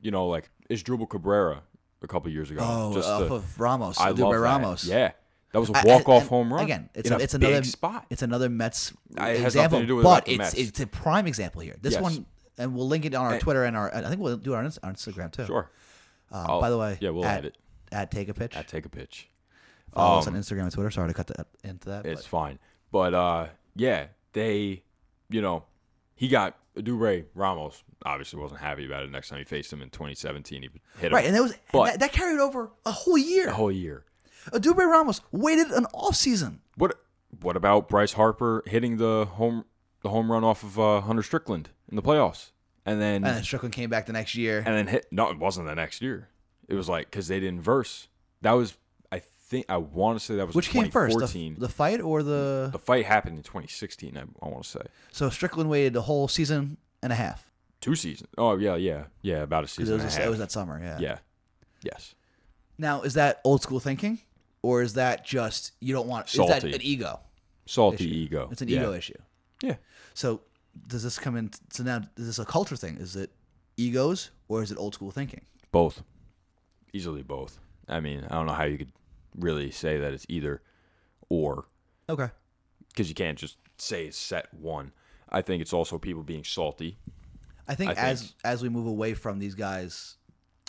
Speaker 2: you know, like Isdrubal Cabrera a couple years ago.
Speaker 1: Oh, off
Speaker 2: the-
Speaker 1: of Ramos,
Speaker 2: I
Speaker 1: Duber
Speaker 2: love that.
Speaker 1: Ramos.
Speaker 2: Yeah. That was a
Speaker 1: I- I-
Speaker 2: walk off
Speaker 1: and
Speaker 2: home run.
Speaker 1: Again, it's
Speaker 2: in
Speaker 1: a,
Speaker 2: a
Speaker 1: it's
Speaker 2: big
Speaker 1: another
Speaker 2: spot.
Speaker 1: It's another Mets
Speaker 2: Uh, it has
Speaker 1: example,
Speaker 2: nothing to do with about
Speaker 1: but
Speaker 2: the
Speaker 1: it's
Speaker 2: Mets.
Speaker 1: it's a prime example here. This
Speaker 2: Yes.
Speaker 1: one, and we'll link it on our
Speaker 2: And-
Speaker 1: Twitter and our. I think we'll do it on Inst- on Instagram too.
Speaker 2: Sure.
Speaker 1: Uh,
Speaker 2: I'll-
Speaker 1: by the way,
Speaker 2: yeah, we'll
Speaker 1: at,
Speaker 2: add it.
Speaker 1: at Take a Pitch.
Speaker 2: I take a pitch.
Speaker 1: Follow us
Speaker 2: um,
Speaker 1: on Instagram and Twitter. Sorry to cut that into that.
Speaker 2: It's
Speaker 1: but
Speaker 2: fine. But uh, yeah, they, you know, he got Dubre Ramos. Obviously, wasn't happy about it. Next time he faced him in 2017, he hit him
Speaker 1: right, and that was
Speaker 2: But- Oh.
Speaker 1: that, that carried over a whole year.
Speaker 2: the whole year.
Speaker 1: Adubre Ramos waited an off season.
Speaker 2: What What about Bryce Harper hitting the home the home run off of uh, Hunter Strickland in the playoffs, and then
Speaker 1: And then Strickland came back the next year.
Speaker 2: and then hit? No, it wasn't the next year. It was like because they didn't verse. That was I think I want to say that was in
Speaker 1: Which came first, the,
Speaker 2: 2014.
Speaker 1: the fight or the,
Speaker 2: the fight happened in 2016. I, I want to say
Speaker 1: So Strickland waited a whole season and a half.
Speaker 2: two seasons. Oh yeah, yeah, yeah, about a
Speaker 1: 'Cause
Speaker 2: season.
Speaker 1: It was,
Speaker 2: and a
Speaker 1: this-
Speaker 2: half.
Speaker 1: it was that summer, yeah.
Speaker 2: Yeah. Yes.
Speaker 1: Now, is that old school thinking? Or is that just you don't want is
Speaker 2: Salty.
Speaker 1: that an ego?
Speaker 2: Salty
Speaker 1: issue?
Speaker 2: ego.
Speaker 1: It's an
Speaker 2: yeah.
Speaker 1: ego issue.
Speaker 2: Yeah.
Speaker 1: So does this come in so now is this a culture thing? Is it egos or is it old school thinking?
Speaker 2: Both. Easily both. I mean, I don't know how you could really say that it's either or
Speaker 1: Okay.
Speaker 2: because you can't just say it's set one. I think it's also people being salty.
Speaker 1: I think
Speaker 2: I think-
Speaker 1: as as we move away from these guys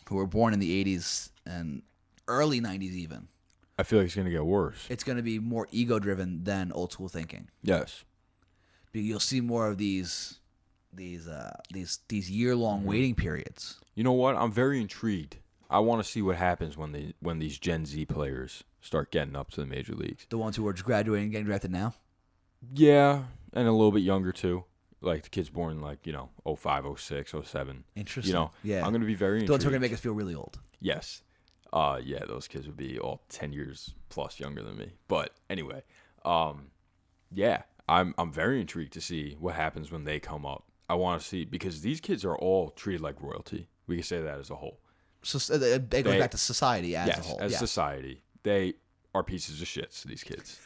Speaker 1: who were born in the 80s and early 90s even,
Speaker 2: I feel like it's going to get worse.
Speaker 1: it's going to be more ego driven than old school thinking.
Speaker 2: Yes.
Speaker 1: Be- You'll see more of these these uh these these year long
Speaker 2: Mm-hmm.
Speaker 1: waiting periods.
Speaker 2: You know what? I'm very intrigued. I want to see what happens when they when these Gen Z players start getting up to the major leagues.
Speaker 1: The ones who are graduating and getting drafted now.
Speaker 2: Yeah, and a little bit younger too. Like the kids born like, you know, 05, 06, 07.
Speaker 1: Interesting.
Speaker 2: You know,
Speaker 1: yeah.
Speaker 2: I'm going to be very
Speaker 1: the ones who are
Speaker 2: intrigued.
Speaker 1: going to make us feel really old.
Speaker 2: Yes. Uh yeah, those kids would be all 10 years plus younger than me. But anyway, um yeah, I'm I'm very intrigued to see what happens when they come up. I want to see because these kids are all treated like royalty. We can say that as a whole.
Speaker 1: So s- uh, it goes
Speaker 2: They-
Speaker 1: back to society as
Speaker 2: yes,
Speaker 1: a whole.
Speaker 2: as
Speaker 1: yeah.
Speaker 2: society, they are pieces of shits these kids.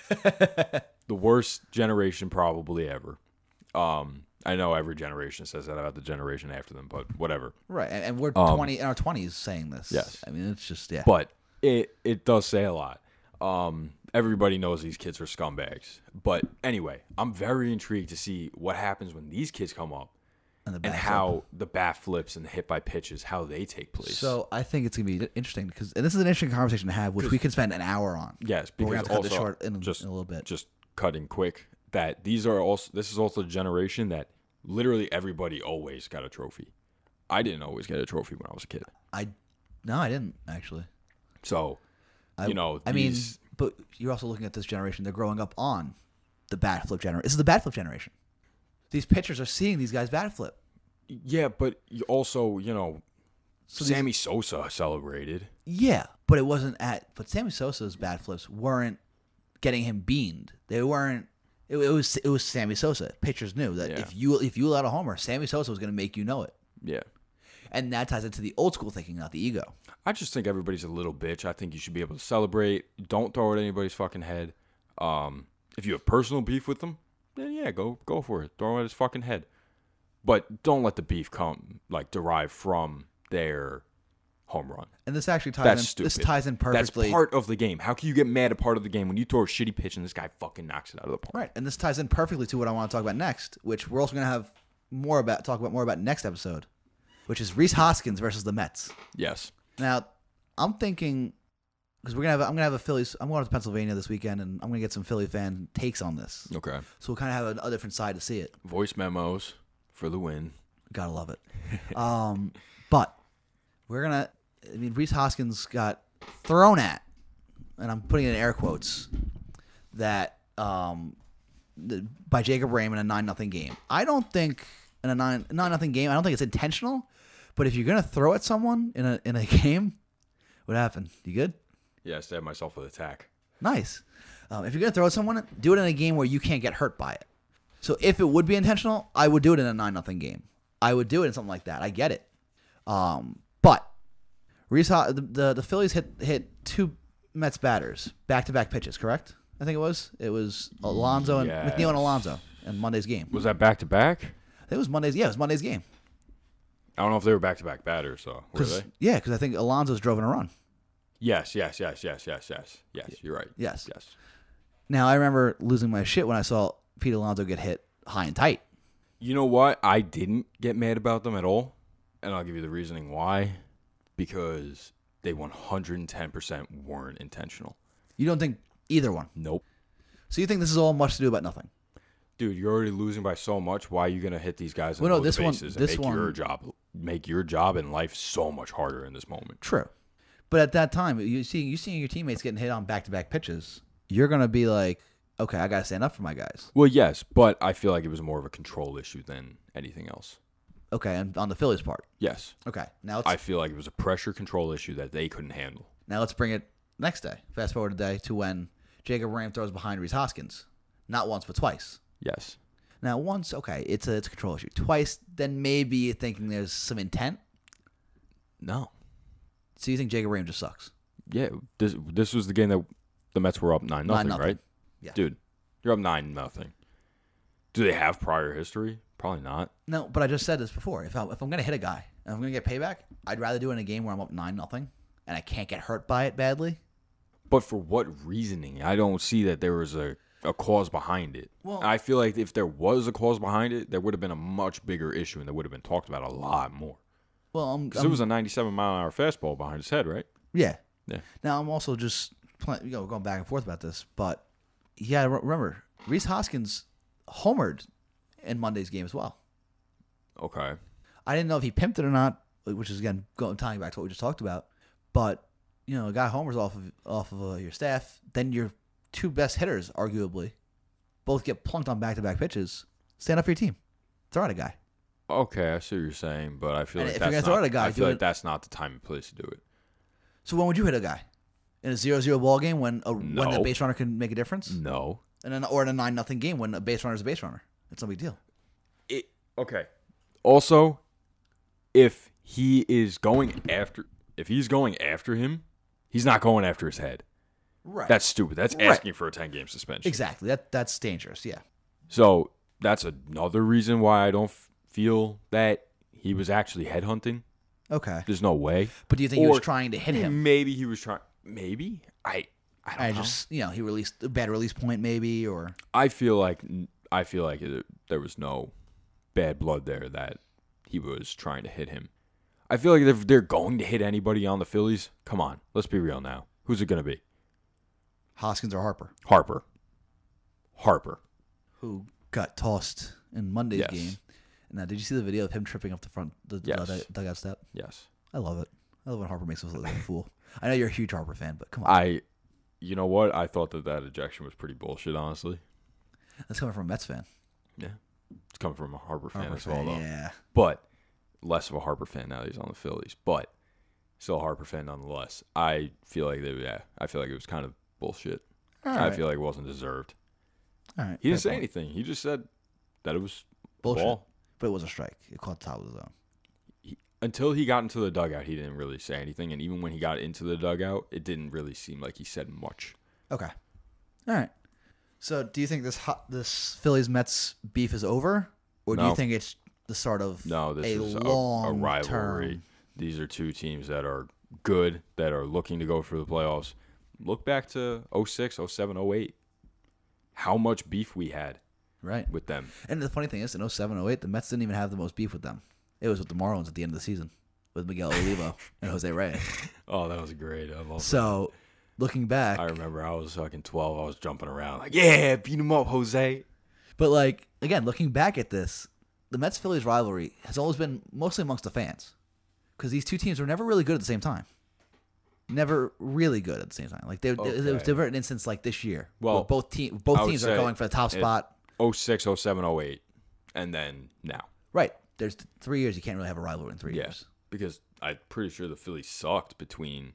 Speaker 2: the worst generation probably ever. Um I know every generation says that about the generation after them, but whatever.
Speaker 1: right. And, and we're 20 in our 20s saying this.
Speaker 2: um, yes.
Speaker 1: I mean, it's just yeah.
Speaker 2: but it it does say a lot. Um, everybody knows these kids are scumbags, but anyway, I'm very intrigued to see what happens when these kids come up
Speaker 1: and the
Speaker 2: and
Speaker 1: back
Speaker 2: how the bat flips and the hit by pitches, how they take place.
Speaker 1: So I think it's gonna be interesting because and this is an interesting conversation to have, which we can spend an hour on.
Speaker 2: yes,
Speaker 1: But we're gonna
Speaker 2: because
Speaker 1: have to cut this
Speaker 2: also
Speaker 1: short in,
Speaker 2: just
Speaker 1: in a little bit.
Speaker 2: just cutting quick. that these are also this is also a generation that literally everybody always got a trophy. I didn't always get a trophy when I was a kid.
Speaker 1: I no, I didn't actually.
Speaker 2: So,
Speaker 1: I,
Speaker 2: you know,
Speaker 1: I mean,
Speaker 2: these,
Speaker 1: but you're also looking at this generation. They're growing up on the bat flip generation. This is the bat flip generation. These pitchers are seeing these guys bat flip.
Speaker 2: yeah, but you also, you know,
Speaker 1: So these-
Speaker 2: Sammy Sosa celebrated.
Speaker 1: Yeah, but it wasn't at. But Sammy Sosa's bad flips weren't getting him beamed. They weren't. It, it was it was Sammy Sosa. Pitchers knew that
Speaker 2: Yeah.
Speaker 1: if you if you allowed a homer, Sammy Sosa was going to make you know it,
Speaker 2: Yeah.
Speaker 1: and that ties into the old school thinking, not the ego.
Speaker 2: I just think everybody's a little bitch. I think you should be able to celebrate. Don't throw it at anybody's fucking head. Um, if you have personal beef with them, then yeah, go go for it. Throw it at his fucking head. But don't let the beef come like derive from their home run.
Speaker 1: And this actually ties
Speaker 2: That's
Speaker 1: in,
Speaker 2: stupid.
Speaker 1: this ties in
Speaker 2: That's
Speaker 1: perfectly.
Speaker 2: part of the game. How can you get mad at part of the game when you throw a shitty pitch and this guy fucking knocks it out of the park?
Speaker 1: right, and this ties in perfectly to what I want to talk about next, which we're also going to have more about talk about more about next episode, which is Reese Hoskins versus the Mets.
Speaker 2: Yes.
Speaker 1: Now, I'm thinking because we're gonna have I'm gonna have a Phillies. I'm going to Pennsylvania this weekend, and I'm gonna get some Philly fan takes on this.
Speaker 2: Okay.
Speaker 1: So we'll kind of have a, a different side to see it.
Speaker 2: Voice memos for the win.
Speaker 1: Gotta love it. Um, but we're gonna. I mean, Reese Hoskins got thrown at, and I'm putting it in air quotes, that um, the, by Jacob Raymond in a nine nothing game. I don't think in a nine nine nothing game. I don't think it's intentional. But if you're gonna throw at someone in a in a game, what happened? You good?
Speaker 2: Yeah, I stabbed myself with a tack.
Speaker 1: Nice. Um, if you're gonna throw at someone, do it in a game where you can't get hurt by it. So if it would be intentional, I would do it in a nine nothing game. I would do it in something like that. I get it. Um, but Reese, Ho- the, the the Phillies hit hit two Mets batters back to back pitches. Correct? I think it was it was Alonzo and
Speaker 2: Yes.
Speaker 1: McNeil and Alonzo in Monday's game.
Speaker 2: Was that back to back?
Speaker 1: It was Monday's. Yeah, it was Monday's game.
Speaker 2: I don't know if they were back to back batters, so were
Speaker 1: 'Cause-
Speaker 2: they?
Speaker 1: Yeah, because I think Alonzo's drove in a run.
Speaker 2: Yes, yes, yes, yes, yes, yes, yes. You're right.
Speaker 1: Yes.
Speaker 2: yes.
Speaker 1: Now I remember losing my shit when I saw Pete Alonzo get hit high and tight.
Speaker 2: You know what? I didn't get mad about them at all, and I'll give you the reasoning why. Because they 110% weren't intentional.
Speaker 1: You don't think either one.
Speaker 2: Nope.
Speaker 1: So you think this is all much to do about nothing?
Speaker 2: Dude, you're already losing by so much. Why are you gonna hit these guys? In
Speaker 1: Well, no,
Speaker 2: the
Speaker 1: this one-
Speaker 2: bases
Speaker 1: this
Speaker 2: and make
Speaker 1: one-
Speaker 2: your job, make your job in life so much harder in this moment.
Speaker 1: True. But at that time, you see you seeing your teammates getting hit on back to back pitches, you're gonna be like, okay, I gotta stand up for my guys.
Speaker 2: Well, yes, but I feel like it was more of a control issue than anything else.
Speaker 1: Okay, and on the Phillies part.
Speaker 2: Yes,
Speaker 1: Okay, now let's
Speaker 2: I feel like it was a pressure control issue that they couldn't handle.
Speaker 1: now let's bring it next day. Fast forward today to when Jacob Ram throws behind Reese Hoskins, not once but twice.
Speaker 2: Yes,
Speaker 1: Now once, okay, it's a it's a control issue. Twice, then maybe you're thinking there's some intent.
Speaker 2: no,
Speaker 1: So you think Jacob Ram just sucks?
Speaker 2: yeah. This this was the game that the Mets were up nine nothing,
Speaker 1: 9-0.
Speaker 2: right?
Speaker 1: Yeah.
Speaker 2: dude, you're up nine nothing. Do they have prior history? Probably not.
Speaker 1: No, but I just said this before. If I, if I'm gonna hit a guy and I'm gonna get payback, I'd rather do it in a game where I'm up nine nothing and I can't get hurt by it badly.
Speaker 2: But for what reasoning? I don't see that there was a, a cause behind it.
Speaker 1: Well-
Speaker 2: I feel like if there was a cause behind it, there would have been a much bigger issue and that would have been talked about a lot more.
Speaker 1: Well, I'm,
Speaker 2: Because
Speaker 1: I'm-
Speaker 2: it was a 97 mile an hour fastball behind his head, right?
Speaker 1: yeah.
Speaker 2: Yeah.
Speaker 1: Now I'm also just play, you know, going back and forth about this, but yeah, re- remember Reese Hoskins homered in Monday's game as well.
Speaker 2: Okay.
Speaker 1: I didn't know if he pimped it or not, which is again going tying back to what we just talked about. But you know, a guy homers off of off of uh, your staff, then your two best hitters, arguably, both get plunked on back to back pitches. Stand up for your team. Throw out a guy.
Speaker 2: Okay, I see what you're saying, but I feel
Speaker 1: And
Speaker 2: like
Speaker 1: if you're
Speaker 2: that's
Speaker 1: gonna throw
Speaker 2: not,
Speaker 1: at a guy,
Speaker 2: I
Speaker 1: do
Speaker 2: feel like
Speaker 1: it-
Speaker 2: that's not the time and place to do it.
Speaker 1: So when would you hit a guy? In a 0-0 ball game when a when
Speaker 2: No. Mm.
Speaker 1: the base runner can make a difference?
Speaker 2: No.
Speaker 1: and then, or in a nine nothing game when a base runner is a base runner. It's no big deal.
Speaker 2: It okay. Also, if he is going after if he's going after him, he's not going after his head.
Speaker 1: Right.
Speaker 2: That's stupid. That's
Speaker 1: Right.
Speaker 2: asking for a 10 game suspension.
Speaker 1: exactly that. That's dangerous. Yeah.
Speaker 2: So that's another reason why I don't f- feel that he was actually headhunting.
Speaker 1: Okay.
Speaker 2: There's no way.
Speaker 1: But do you think he was
Speaker 2: Or- Mm.
Speaker 1: trying to hit him?
Speaker 2: Maybe he was trying. Maybe I. I don't
Speaker 1: I
Speaker 2: know.
Speaker 1: just you know he released a bad release point maybe or
Speaker 2: I feel like I feel like it, there was no bad blood there that he was trying to hit him. I feel like if they're going to hit anybody on the Phillies, come on, let's be real now. Who's it going to be?
Speaker 1: Hoskins or Harper.
Speaker 2: Harper. Harper.
Speaker 1: who got tossed in Monday's
Speaker 2: Yes.
Speaker 1: game. Now, did you see the video of him tripping up the front the
Speaker 2: Yes.
Speaker 1: uh, dug- dugout step?
Speaker 2: Yes.
Speaker 1: I love it. I love when Harper makes us look like a fool. I know you're a huge Harper fan, but come on,
Speaker 2: I, you know what? I thought that that ejection was pretty bullshit, honestly.
Speaker 1: that's coming from a Mets fan.
Speaker 2: Yeah. It's coming from a Harper fan
Speaker 1: Harper
Speaker 2: as well,
Speaker 1: fan,
Speaker 2: though.
Speaker 1: yeah.
Speaker 2: But less of a Harper fan now that he's on the Phillies, but still a Harper fan nonetheless. I feel like they, yeah, I feel like it was kind of bullshit.
Speaker 1: All
Speaker 2: I
Speaker 1: right.
Speaker 2: feel like it wasn't deserved.
Speaker 1: All right.
Speaker 2: He didn't
Speaker 1: fair
Speaker 2: say
Speaker 1: point.
Speaker 2: anything. He just said that it was a
Speaker 1: Bullshit.
Speaker 2: ball.
Speaker 1: but it was a strike. It caught the top of the zone.
Speaker 2: Until he got into the dugout, he didn't really say anything. And even when he got into the dugout, it didn't really seem like he said much.
Speaker 1: Okay. All right. So, do you think this hot, this Phillies Mets beef is over, or do you
Speaker 2: No.
Speaker 1: think it's the start of
Speaker 2: No, this
Speaker 1: a
Speaker 2: is a,
Speaker 1: long
Speaker 2: a rivalry.
Speaker 1: term?
Speaker 2: These are two teams that are good, that are looking to go for the playoffs. Look back to 06, 07, 08. How much beef we had
Speaker 1: Right.
Speaker 2: with them.
Speaker 1: And the funny thing is, in 07, 08, the Mets didn't even have the most beef with them. It was with the Marlins at the end of the season with Miguel Olivo and Jose Reyes.
Speaker 2: Oh, that was great. I love
Speaker 1: So, looking back,
Speaker 2: I remember I was fucking 12. I was jumping around like, yeah, beat him up, Jose.
Speaker 1: But like again, looking back at this, the Mets Phillies rivalry has always been mostly amongst the fans because these two teams were never really good at the same time. Never really good at the same time. Like they, there- there was
Speaker 2: Okay.
Speaker 1: different instance like this year.
Speaker 2: Well,
Speaker 1: where both team
Speaker 2: I
Speaker 1: both
Speaker 2: would
Speaker 1: teams are
Speaker 2: say
Speaker 1: going for the top
Speaker 2: it-
Speaker 1: spot.
Speaker 2: 06, 07, 08. And then now.
Speaker 1: Right. There's th- three years you can't really have a rivalry in three
Speaker 2: Yes.
Speaker 1: years.
Speaker 2: Because I'm pretty sure the Phillies sucked between,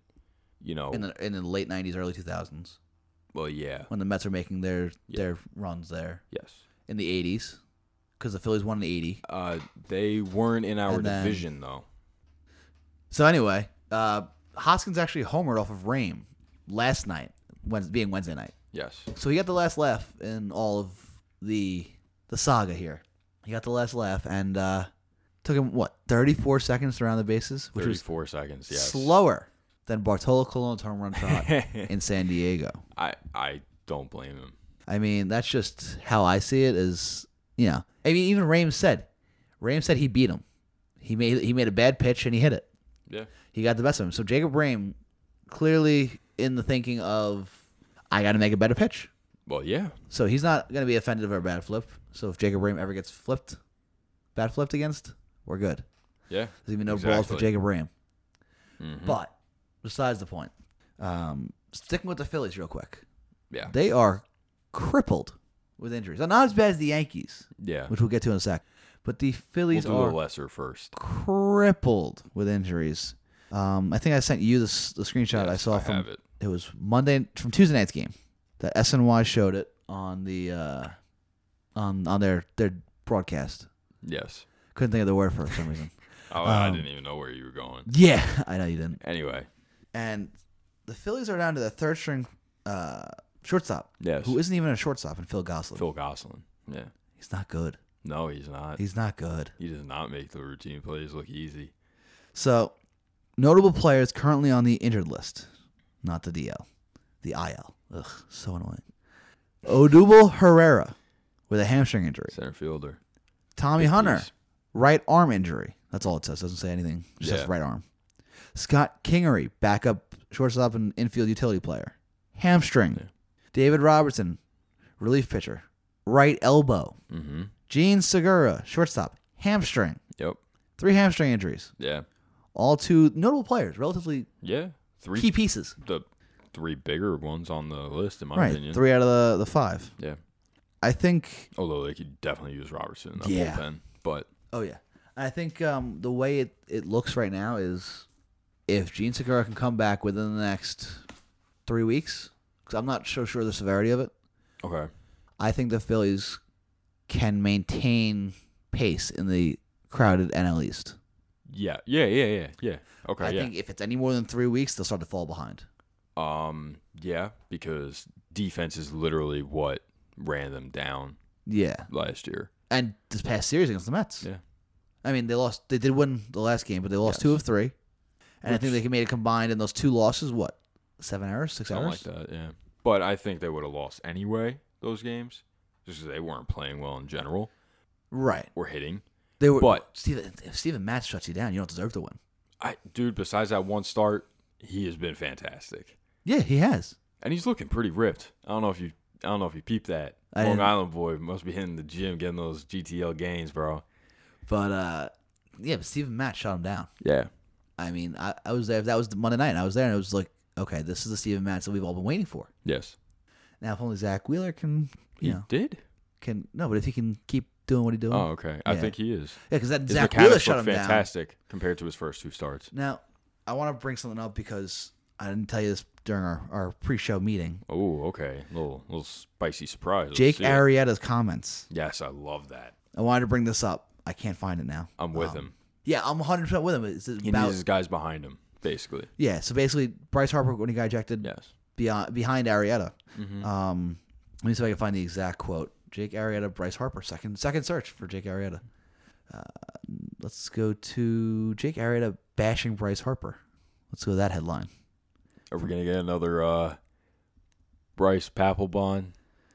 Speaker 2: you know,
Speaker 1: In the in the late '90s, early 2000s,
Speaker 2: well, yeah.
Speaker 1: when the Mets are making their
Speaker 2: Yeah.
Speaker 1: their runs there
Speaker 2: Yes.
Speaker 1: in the '80s, because the Phillies won in '80.
Speaker 2: Uh, they weren't in our
Speaker 1: And then-
Speaker 2: division, though.
Speaker 1: So anyway, uh, Hoskins actually homered off of Rame last night, Wednesday, being Wednesday night.
Speaker 2: Yes.
Speaker 1: So he got the last laugh in all of the the saga here. He got the last laugh and uh, took him what thirty four seconds to round the bases, which was
Speaker 2: 34 seconds, yes.
Speaker 1: slower than Bartolo Colon's home run shot in San Diego.
Speaker 2: I, I don't blame him.
Speaker 1: I mean, that's just how I see it. Is you know, I mean, even Rames said, Rames said he beat him. He made he made a bad pitch and he hit it.
Speaker 2: Yeah.
Speaker 1: He got the best of him. So Jacob Rame, clearly in the thinking of, I got to make a better pitch.
Speaker 2: Well, yeah.
Speaker 1: So he's not going to be offended of our bad flip. So if Jacob Rame ever gets flipped, bad flipped against, we're good.
Speaker 2: Yeah.
Speaker 1: There's even no balls for
Speaker 2: Exactly.
Speaker 1: Jacob Rame.
Speaker 2: Mhm.
Speaker 1: But besides the point, um, sticking with the Phillies real quick,
Speaker 2: Yeah.
Speaker 1: they are crippled with injuries. Now, not as bad as the Yankees,
Speaker 2: Yeah.
Speaker 1: which we'll get to in a sec, but the
Speaker 2: We'll
Speaker 1: Phillies
Speaker 2: do uh,
Speaker 1: are
Speaker 2: the lesser first.
Speaker 1: crippled with injuries. Um, I think I sent you this, the screenshot I
Speaker 2: Yes,
Speaker 1: saw
Speaker 2: I
Speaker 1: from
Speaker 2: have it.
Speaker 1: it was Monday from Tuesday night's game. That SNY showed it on the uh, on on their their broadcast.
Speaker 2: Yes.
Speaker 1: Couldn't think of the word for it for some reason.
Speaker 2: Oh, I
Speaker 1: Um,
Speaker 2: didn't even know where you were going.
Speaker 1: yeah, I know you didn't.
Speaker 2: Anyway.
Speaker 1: And the Phillies are down to the third string uh, shortstop,
Speaker 2: Yes.
Speaker 1: who isn't even a shortstop, and Phil Gosselin.
Speaker 2: Phil Gosselin. Yeah.
Speaker 1: He's not good.
Speaker 2: No, he's not.
Speaker 1: He's not good.
Speaker 2: He does not make the routine plays look easy.
Speaker 1: So, notable players currently on the injured list, not the DL, the IL. Ugh, so annoying. Odubel Herrera with a hamstring injury.
Speaker 2: Center fielder.
Speaker 1: Tommy
Speaker 2: Big
Speaker 1: Hunter,
Speaker 2: piece.
Speaker 1: right arm injury. That's all it says. Doesn't say anything. Just
Speaker 2: Yeah.
Speaker 1: says right arm. Scott Kingery, backup shortstop and infield utility player. Hamstring.
Speaker 2: Yeah.
Speaker 1: David Robertson, relief pitcher. Right elbow.
Speaker 2: Mm-hmm.
Speaker 1: Gene Segura, shortstop. Hamstring.
Speaker 2: Yep.
Speaker 1: Three hamstring injuries.
Speaker 2: Yeah.
Speaker 1: All two notable players, relatively
Speaker 2: Yeah. Three
Speaker 1: key pieces.
Speaker 2: the three bigger ones on the list, in my
Speaker 1: right.
Speaker 2: opinion.
Speaker 1: Three out of the, the five.
Speaker 2: Yeah.
Speaker 1: I think.
Speaker 2: Although they could definitely use Robertson in that
Speaker 1: Yeah.
Speaker 2: bullpen. But
Speaker 1: Oh, yeah. I think um, the way it, it looks right now is if Gene Segura can come back within the next three weeks, because I'm not so sure of the severity of it,
Speaker 2: okay.
Speaker 1: I think the Phillies can maintain pace in the crowded NL East.
Speaker 2: Yeah. Yeah. Yeah. Yeah. Yeah. Okay.
Speaker 1: I
Speaker 2: yeah.
Speaker 1: think if it's any more than three weeks, they'll start to fall behind.
Speaker 2: Um, yeah, because defense is literally what ran them down
Speaker 1: Yeah.
Speaker 2: last year.
Speaker 1: And this past series against the Mets.
Speaker 2: Yeah.
Speaker 1: I mean, they lost. They did win the last game, but they lost
Speaker 2: Yes.
Speaker 1: two of three. And I
Speaker 2: Which-
Speaker 1: think they made it combined in those two losses. What, seven errors, six
Speaker 2: Something like
Speaker 1: errors?
Speaker 2: that, yeah. But I think they would have lost anyway those games just 'cause they weren't playing well in general
Speaker 1: Right.
Speaker 2: or hitting.
Speaker 1: They were.
Speaker 2: But-
Speaker 1: Steven, if Steven Matz shuts you down, you don't deserve to win.
Speaker 2: I dude, besides that one start, he has been fantastic.
Speaker 1: Yeah, he has.
Speaker 2: And he's looking pretty ripped. I don't know if you I don't know if you peeped that.
Speaker 1: I
Speaker 2: Long
Speaker 1: didn't.
Speaker 2: Island boy must be hitting the gym, getting those GTL gains, bro.
Speaker 1: But uh, yeah, but Stephen Matz shot him down.
Speaker 2: Yeah.
Speaker 1: I mean, I, I was there. That was the Monday night, and I was there, and it was like, okay, this is the Stephen Matz that we've all been waiting for.
Speaker 2: Yes.
Speaker 1: Now, if only Zach Wheeler can,
Speaker 2: He
Speaker 1: you know,
Speaker 2: did.
Speaker 1: can no, but if he can keep doing what he's doing,
Speaker 2: Oh, okay. I
Speaker 1: Yeah.
Speaker 2: think he is.
Speaker 1: yeah, because that
Speaker 2: His
Speaker 1: Zach Wheeler
Speaker 2: mechanics
Speaker 1: shot
Speaker 2: look
Speaker 1: him down.
Speaker 2: fantastic compared to his first two starts.
Speaker 1: Now, I want to bring something up because I didn't tell you this during our, our pre-show meeting.
Speaker 2: Oh, okay. Little little spicy surprise. Let's
Speaker 1: Jake
Speaker 2: see it.
Speaker 1: Arrieta's comments.
Speaker 2: Yes, I love that.
Speaker 1: I wanted to bring this up. I can't find it now.
Speaker 2: I'm with him.
Speaker 1: Yeah, I'm 100 percent with him. It's
Speaker 2: He
Speaker 1: about
Speaker 2: needs his guys behind him, basically.
Speaker 1: yeah. So basically, Bryce Harper when he got ejected,
Speaker 2: Yes.
Speaker 1: beyond, behind Arietta.
Speaker 2: Mm-hmm.
Speaker 1: Um, let me see if I can find the exact quote. Jake Arietta, Bryce Harper. Second second search for Jake Arietta. Uh, let's go to Jake Arietta bashing Bryce Harper. Let's go to that headline.
Speaker 2: Are we gonna get another uh, Bryce Papelbon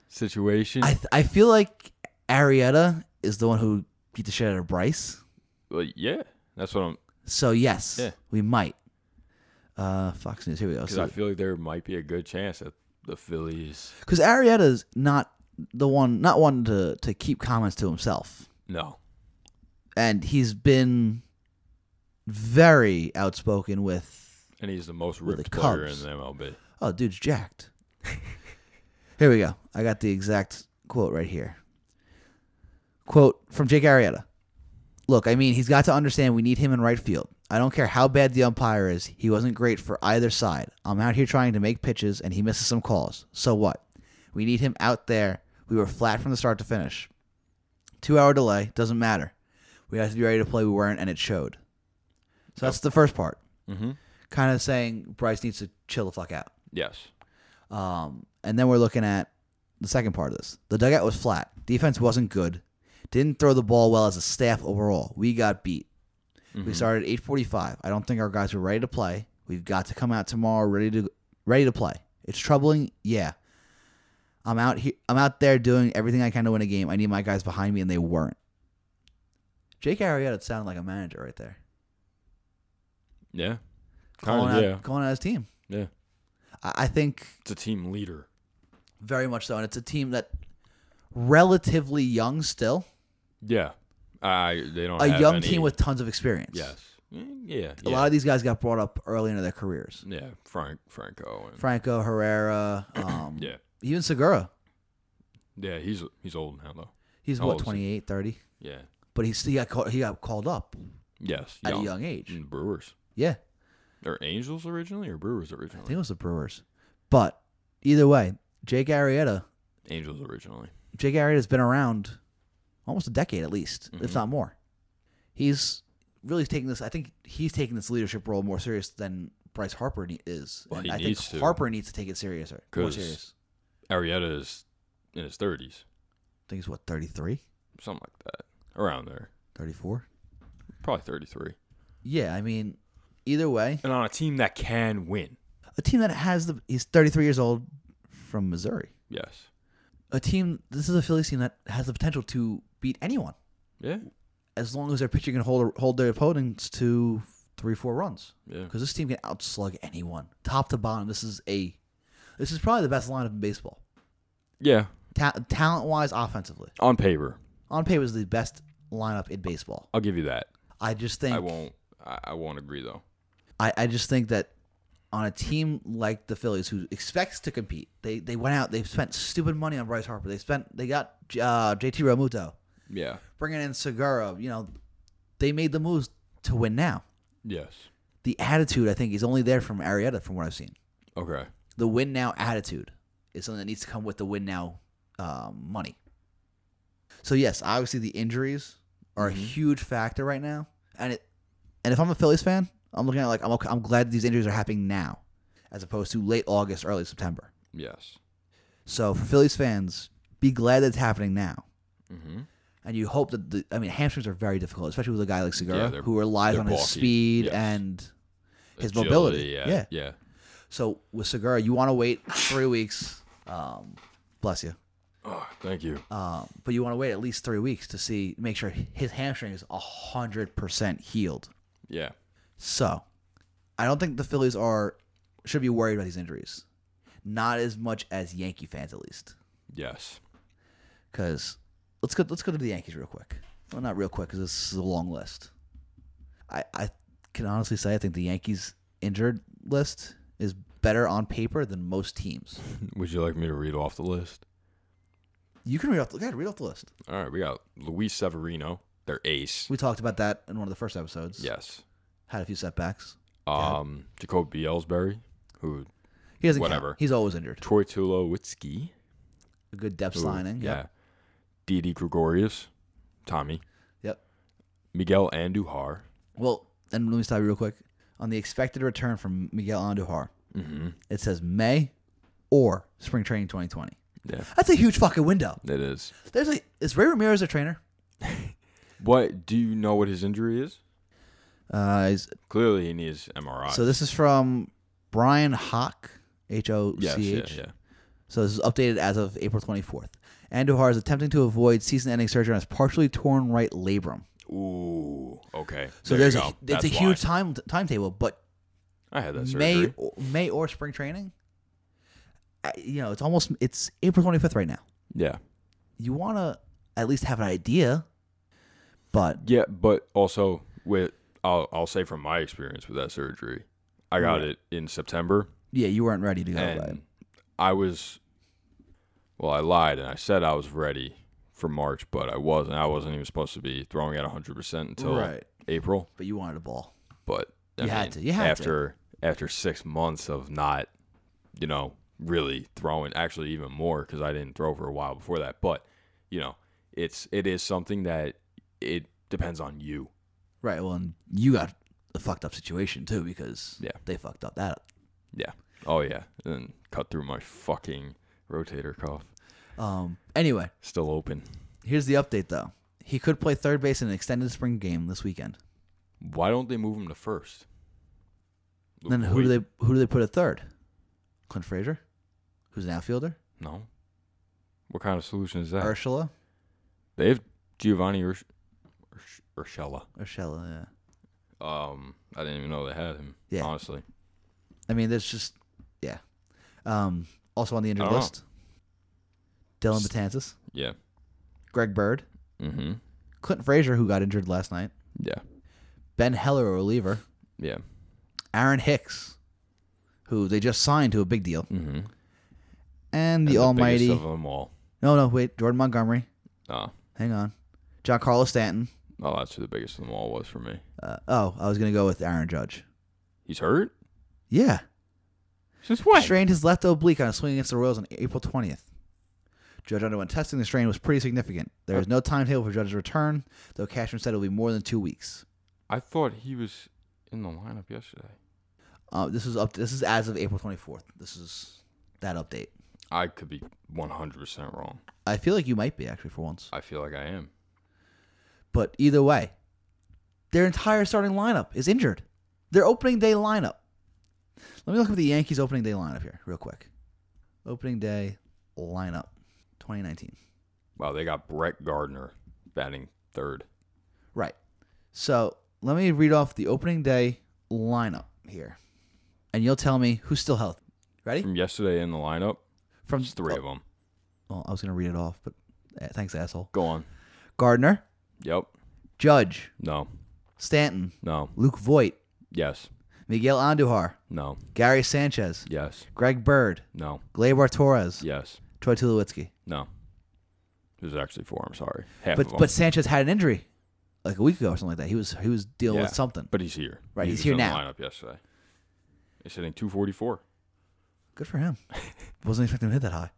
Speaker 2: situation?
Speaker 1: I th- I feel like Arietta is the one who beat the shit out of Bryce.
Speaker 2: well, yeah, that's what I'm.
Speaker 1: So yes,
Speaker 2: Yeah.
Speaker 1: we might. Uh, Fox News. Here we go.
Speaker 2: Because I feel like there might be a good chance that the Phillies.
Speaker 1: Because Arietta's not the one, not one to to keep comments to himself.
Speaker 2: No.
Speaker 1: and he's been very outspoken with
Speaker 2: And he's the most
Speaker 1: With the
Speaker 2: ripped player in
Speaker 1: Cubs.
Speaker 2: the MLB.
Speaker 1: oh dude's jacked here we go i got the exact quote right here quote from jake arietta look i mean he's got to understand we need him in right field i don't care how bad the umpire is he wasn't great for either side i'm out here trying to make pitches and he misses some calls so what we need him out there we were flat from the start to finish two hour delay doesn't matter we have to be ready to play we weren't and it showed so that's the first part
Speaker 2: Mm-hmm.
Speaker 1: kind of saying Bryce needs to chill the fuck out.
Speaker 2: Yes.
Speaker 1: Um, and then we're looking at the second part of this. The dugout was flat. Defense wasn't good. Didn't throw the ball well as a staff overall. We got beat.
Speaker 2: Mm-hmm.
Speaker 1: We started at 8:45. I don't think our guys were ready to play. We've got to come out tomorrow ready to ready to play. It's troubling, yeah. I'm out here. I'm out there doing everything I can to win a game. I need my guys behind me, and they weren't. Jake Arrieta sounded like a manager right there,
Speaker 2: Yeah.
Speaker 1: calling
Speaker 2: Kinda,
Speaker 1: out,
Speaker 2: yeah.
Speaker 1: calling out his team.
Speaker 2: Yeah.
Speaker 1: I, I think
Speaker 2: It's a team leader.
Speaker 1: Very much so, and it's a team that relatively young still,
Speaker 2: Yeah. I. They don't.
Speaker 1: a
Speaker 2: have
Speaker 1: young
Speaker 2: any-
Speaker 1: team with tons of experience.
Speaker 2: Yes. Mm, Yeah.
Speaker 1: a lot of these guys got brought up early into their careers.
Speaker 2: Yeah. Frank Franco. And,
Speaker 1: Franco Herrera, um,
Speaker 2: Mm-hmm. yeah.
Speaker 1: even Segura.
Speaker 2: Yeah. He's he's old now though.
Speaker 1: He's
Speaker 2: How
Speaker 1: what
Speaker 2: old is he?
Speaker 1: 28, 30?
Speaker 2: Yeah.
Speaker 1: but he's he got called, he got called up
Speaker 2: Yes.
Speaker 1: at a young age.
Speaker 2: Mm, Brewers.
Speaker 1: Yeah,
Speaker 2: Or Angels originally, or Brewers
Speaker 1: I
Speaker 2: originally.
Speaker 1: think it was the Brewers. But either way, Jake Arrieta,
Speaker 2: Angels originally.
Speaker 1: Jake Arrieta's been around almost a decade at least, if
Speaker 2: Mhm.
Speaker 1: not more. He's really taking this. I think he's taking this leadership role more serious than Bryce Harper ne- is.
Speaker 2: Well,
Speaker 1: And
Speaker 2: he
Speaker 1: I
Speaker 2: needs
Speaker 1: think
Speaker 2: to.
Speaker 1: Harper needs to take it serious or more
Speaker 2: 'Cause-
Speaker 1: serious.
Speaker 2: Arietta is in his thirties,
Speaker 1: I think he's what 33,
Speaker 2: something like that, around there,
Speaker 1: 34.
Speaker 2: probably thirty-three.
Speaker 1: Yeah, I mean, either way,
Speaker 2: And on a team that can win.
Speaker 1: a team that has the he's 33 years old from Missouri.
Speaker 2: Yes.
Speaker 1: A team. This is a Phillies team that has the potential to beat anyone
Speaker 2: Yeah.
Speaker 1: as long as their pitcher can hold hold their opponents to three four runs.
Speaker 2: Yeah.
Speaker 1: because this team can outslug anyone, top to bottom. This is a, this is probably the best lineup in baseball,
Speaker 2: Yeah.
Speaker 1: Ta- talent wise, offensively.
Speaker 2: On paper,
Speaker 1: On paper, is the best lineup in baseball.
Speaker 2: I'll give you that.
Speaker 1: I just think
Speaker 2: I won't. I, I won't agree though.
Speaker 1: I, I just think that on a team like the Phillies, who expects to compete, they they went out, they spent stupid money on Bryce Harper. They spent they got uh, JT Realmuto,
Speaker 2: Yeah.
Speaker 1: bringing in Segura. You know, they made the moves to win now.
Speaker 2: Yes.
Speaker 1: The attitude I think is only there from Arietta, from what I've seen.
Speaker 2: Okay.
Speaker 1: the win now attitude is something that needs to come with the win now um, money. So yes, obviously the injuries are
Speaker 2: Mm-hmm.
Speaker 1: a huge factor right now, and it and if I'm a Phillies fan, I'm looking at it like I'm okay, I'm glad these injuries are happening now, as opposed to late August, early September.
Speaker 2: Yes.
Speaker 1: So for Phillies fans, be glad that it's happening now,
Speaker 2: Mm-hmm.
Speaker 1: and you hope that the I mean hamstrings are very difficult, especially with a guy like Segura
Speaker 2: Yeah, they're-
Speaker 1: who relies
Speaker 2: they're
Speaker 1: on his
Speaker 2: bulky,
Speaker 1: speed
Speaker 2: yes.
Speaker 1: and his mobility.
Speaker 2: Yeah.
Speaker 1: yeah.
Speaker 2: Yeah.
Speaker 1: So with Segura, you want to wait three weeks. Um, bless you.
Speaker 2: Oh, thank you.
Speaker 1: Um, but you want to wait at least three weeks to see, make sure his hamstring is hundred percent healed.
Speaker 2: Yeah.
Speaker 1: So, I don't think the Phillies are should be worried about these injuries, not as much as Yankee fans at least.
Speaker 2: Yes.
Speaker 1: Because let's go let's go to the Yankees real quick. Well, not real quick because this is a long list. I I can honestly say I think the Yankees injured list is better on paper than most teams.
Speaker 2: Would you like me to read off the list?
Speaker 1: You can read off the go ahead, read off the list.
Speaker 2: All right, we got Luis Severino, their ace.
Speaker 1: We talked about that in one of the first episodes.
Speaker 2: Yes.
Speaker 1: had a few setbacks. Yeah.
Speaker 2: Um, Jacob Bielsbury, who
Speaker 1: He doesn't count.
Speaker 2: Whatever.
Speaker 1: He's always injured.
Speaker 2: Troy Tulowitzki.
Speaker 1: A good depth
Speaker 2: who-
Speaker 1: signing.
Speaker 2: Yeah.
Speaker 1: Yep.
Speaker 2: Didi Gregorius, Tommy,
Speaker 1: Yep.
Speaker 2: Miguel Andujar.
Speaker 1: Well, and let me stop you real quick on the expected return from Miguel Andujar.
Speaker 2: Mm-hmm.
Speaker 1: It says May or spring training 2020.
Speaker 2: Yeah,
Speaker 1: That's a huge fucking window.
Speaker 2: it is.
Speaker 1: There's a is Ray Ramirez a trainer?
Speaker 2: What do you know? What his injury is?
Speaker 1: Uh, he's-
Speaker 2: Clearly, he needs MRI.
Speaker 1: so this is from Brian Hock, H O
Speaker 2: yes,
Speaker 1: C
Speaker 2: yeah,
Speaker 1: H.
Speaker 2: yeah.
Speaker 1: So this is updated as of April 24th. Andujar is attempting to avoid season-ending surgery on his partially torn right labrum.
Speaker 2: Ooh, okay.
Speaker 1: So
Speaker 2: There you
Speaker 1: there's a
Speaker 2: go.
Speaker 1: it's
Speaker 2: That's
Speaker 1: a
Speaker 2: why.
Speaker 1: huge time timetable, but
Speaker 2: I had that
Speaker 1: May
Speaker 2: surgery.
Speaker 1: or, May or spring training. I, you know, it's almost it's April 25th right now.
Speaker 2: Yeah,
Speaker 1: You want to at least have an idea, but
Speaker 2: yeah, but also with I'll I'll say from my experience with that surgery, I got it in September,
Speaker 1: yeah, you weren't ready to go.
Speaker 2: and
Speaker 1: right?
Speaker 2: I was. Well, I lied and I said I was ready for March, but I wasn't. I wasn't even supposed to be throwing at 100% until
Speaker 1: Right.
Speaker 2: April.
Speaker 1: But you wanted a ball.
Speaker 2: but I
Speaker 1: You had
Speaker 2: mean,
Speaker 1: to. You had to.
Speaker 2: after after six months of not, you know, really throwing. Actually, even more because I didn't throw for a while before that. But you know, it's it is something that it depends on you.
Speaker 1: Right. Well, and you got a fucked up situation too because
Speaker 2: Yeah.
Speaker 1: they fucked up that.
Speaker 2: Yeah. Oh yeah. And cut through my fucking rotator cuff.
Speaker 1: Um. Anyway,
Speaker 2: Still open.
Speaker 1: here's the update though. He could play third base in an extended spring game this weekend.
Speaker 2: Why don't they move him to first?
Speaker 1: Then who do they who do they put at third? Clint Frazier, who's an outfielder.
Speaker 2: No. What kind of solution is that?
Speaker 1: Ursula,
Speaker 2: they have Giovanni Ursh- Ursh- Urshela.
Speaker 1: Urshela. Yeah.
Speaker 2: Um, I didn't even know they had him.
Speaker 1: Yeah.
Speaker 2: Honestly.
Speaker 1: I mean, there's just yeah. Um, also on the injured
Speaker 2: I don't know.
Speaker 1: list, Dylan Betances,
Speaker 2: Yeah.
Speaker 1: Greg Bird,
Speaker 2: Mm-hmm.
Speaker 1: Clint Frazier, who got injured last night,
Speaker 2: Yeah.
Speaker 1: Ben Heller, a reliever,
Speaker 2: Yeah.
Speaker 1: Aaron Hicks, who they just signed to a big deal,
Speaker 2: Mm-hmm.
Speaker 1: and the almighty.
Speaker 2: of them all.
Speaker 1: no, no, wait, Jordan Montgomery.
Speaker 2: Oh,
Speaker 1: Hang on, John Carlos Stanton.
Speaker 2: oh, that's who the biggest of them all was for me.
Speaker 1: Uh, oh, I was gonna go with Aaron Judge.
Speaker 2: He's hurt
Speaker 1: Yeah,
Speaker 2: since when?
Speaker 1: strained his left oblique on a swing against the Royals on April twentieth. Judge underwent testing. The strain was pretty significant. There is no timetable for Judge's return, though Cashman said it will be more than two weeks.
Speaker 2: I thought he was in the lineup yesterday.
Speaker 1: Uh, this is up. This is as of April twenty fourth. This is that update.
Speaker 2: I could be 100 percent wrong.
Speaker 1: I feel like you might be actually for once,
Speaker 2: I feel like I am.
Speaker 1: but either way, their entire starting lineup is injured. Their opening day lineup. Let me look up the Yankees opening day lineup here real quick. Opening day lineup, twenty nineteen.
Speaker 2: Wow, they got Brett Gardner batting third.
Speaker 1: Right. So let me read off the opening day lineup here, and you'll tell me who's still healthy. Ready?
Speaker 2: From yesterday in the lineup,
Speaker 1: From
Speaker 2: it's three
Speaker 1: oh,
Speaker 2: of them.
Speaker 1: Well, I was gonna read it off, but eh, thanks, asshole.
Speaker 2: Go on.
Speaker 1: Gardner,
Speaker 2: Yep.
Speaker 1: Judge,
Speaker 2: No.
Speaker 1: Stanton,
Speaker 2: No.
Speaker 1: Luke Voigt,
Speaker 2: Yes.
Speaker 1: Miguel Andujar,
Speaker 2: No.
Speaker 1: Gary Sanchez,
Speaker 2: Yes.
Speaker 1: Greg Bird,
Speaker 2: No.
Speaker 1: Gleyber Torres,
Speaker 2: Yes.
Speaker 1: Troy Tulowitzki.
Speaker 2: No. There's actually four. I'm sorry. Half of
Speaker 1: But
Speaker 2: them.
Speaker 1: but Sanchez had an injury like a week ago or something like that. He was he was dealing
Speaker 2: Yeah.
Speaker 1: with something.
Speaker 2: But he's here.
Speaker 1: Right,
Speaker 2: He
Speaker 1: he's
Speaker 2: was
Speaker 1: here
Speaker 2: in
Speaker 1: now.
Speaker 2: The lineup yesterday. He's hitting 244.
Speaker 1: Good for him. Wasn't expecting him to hit that high.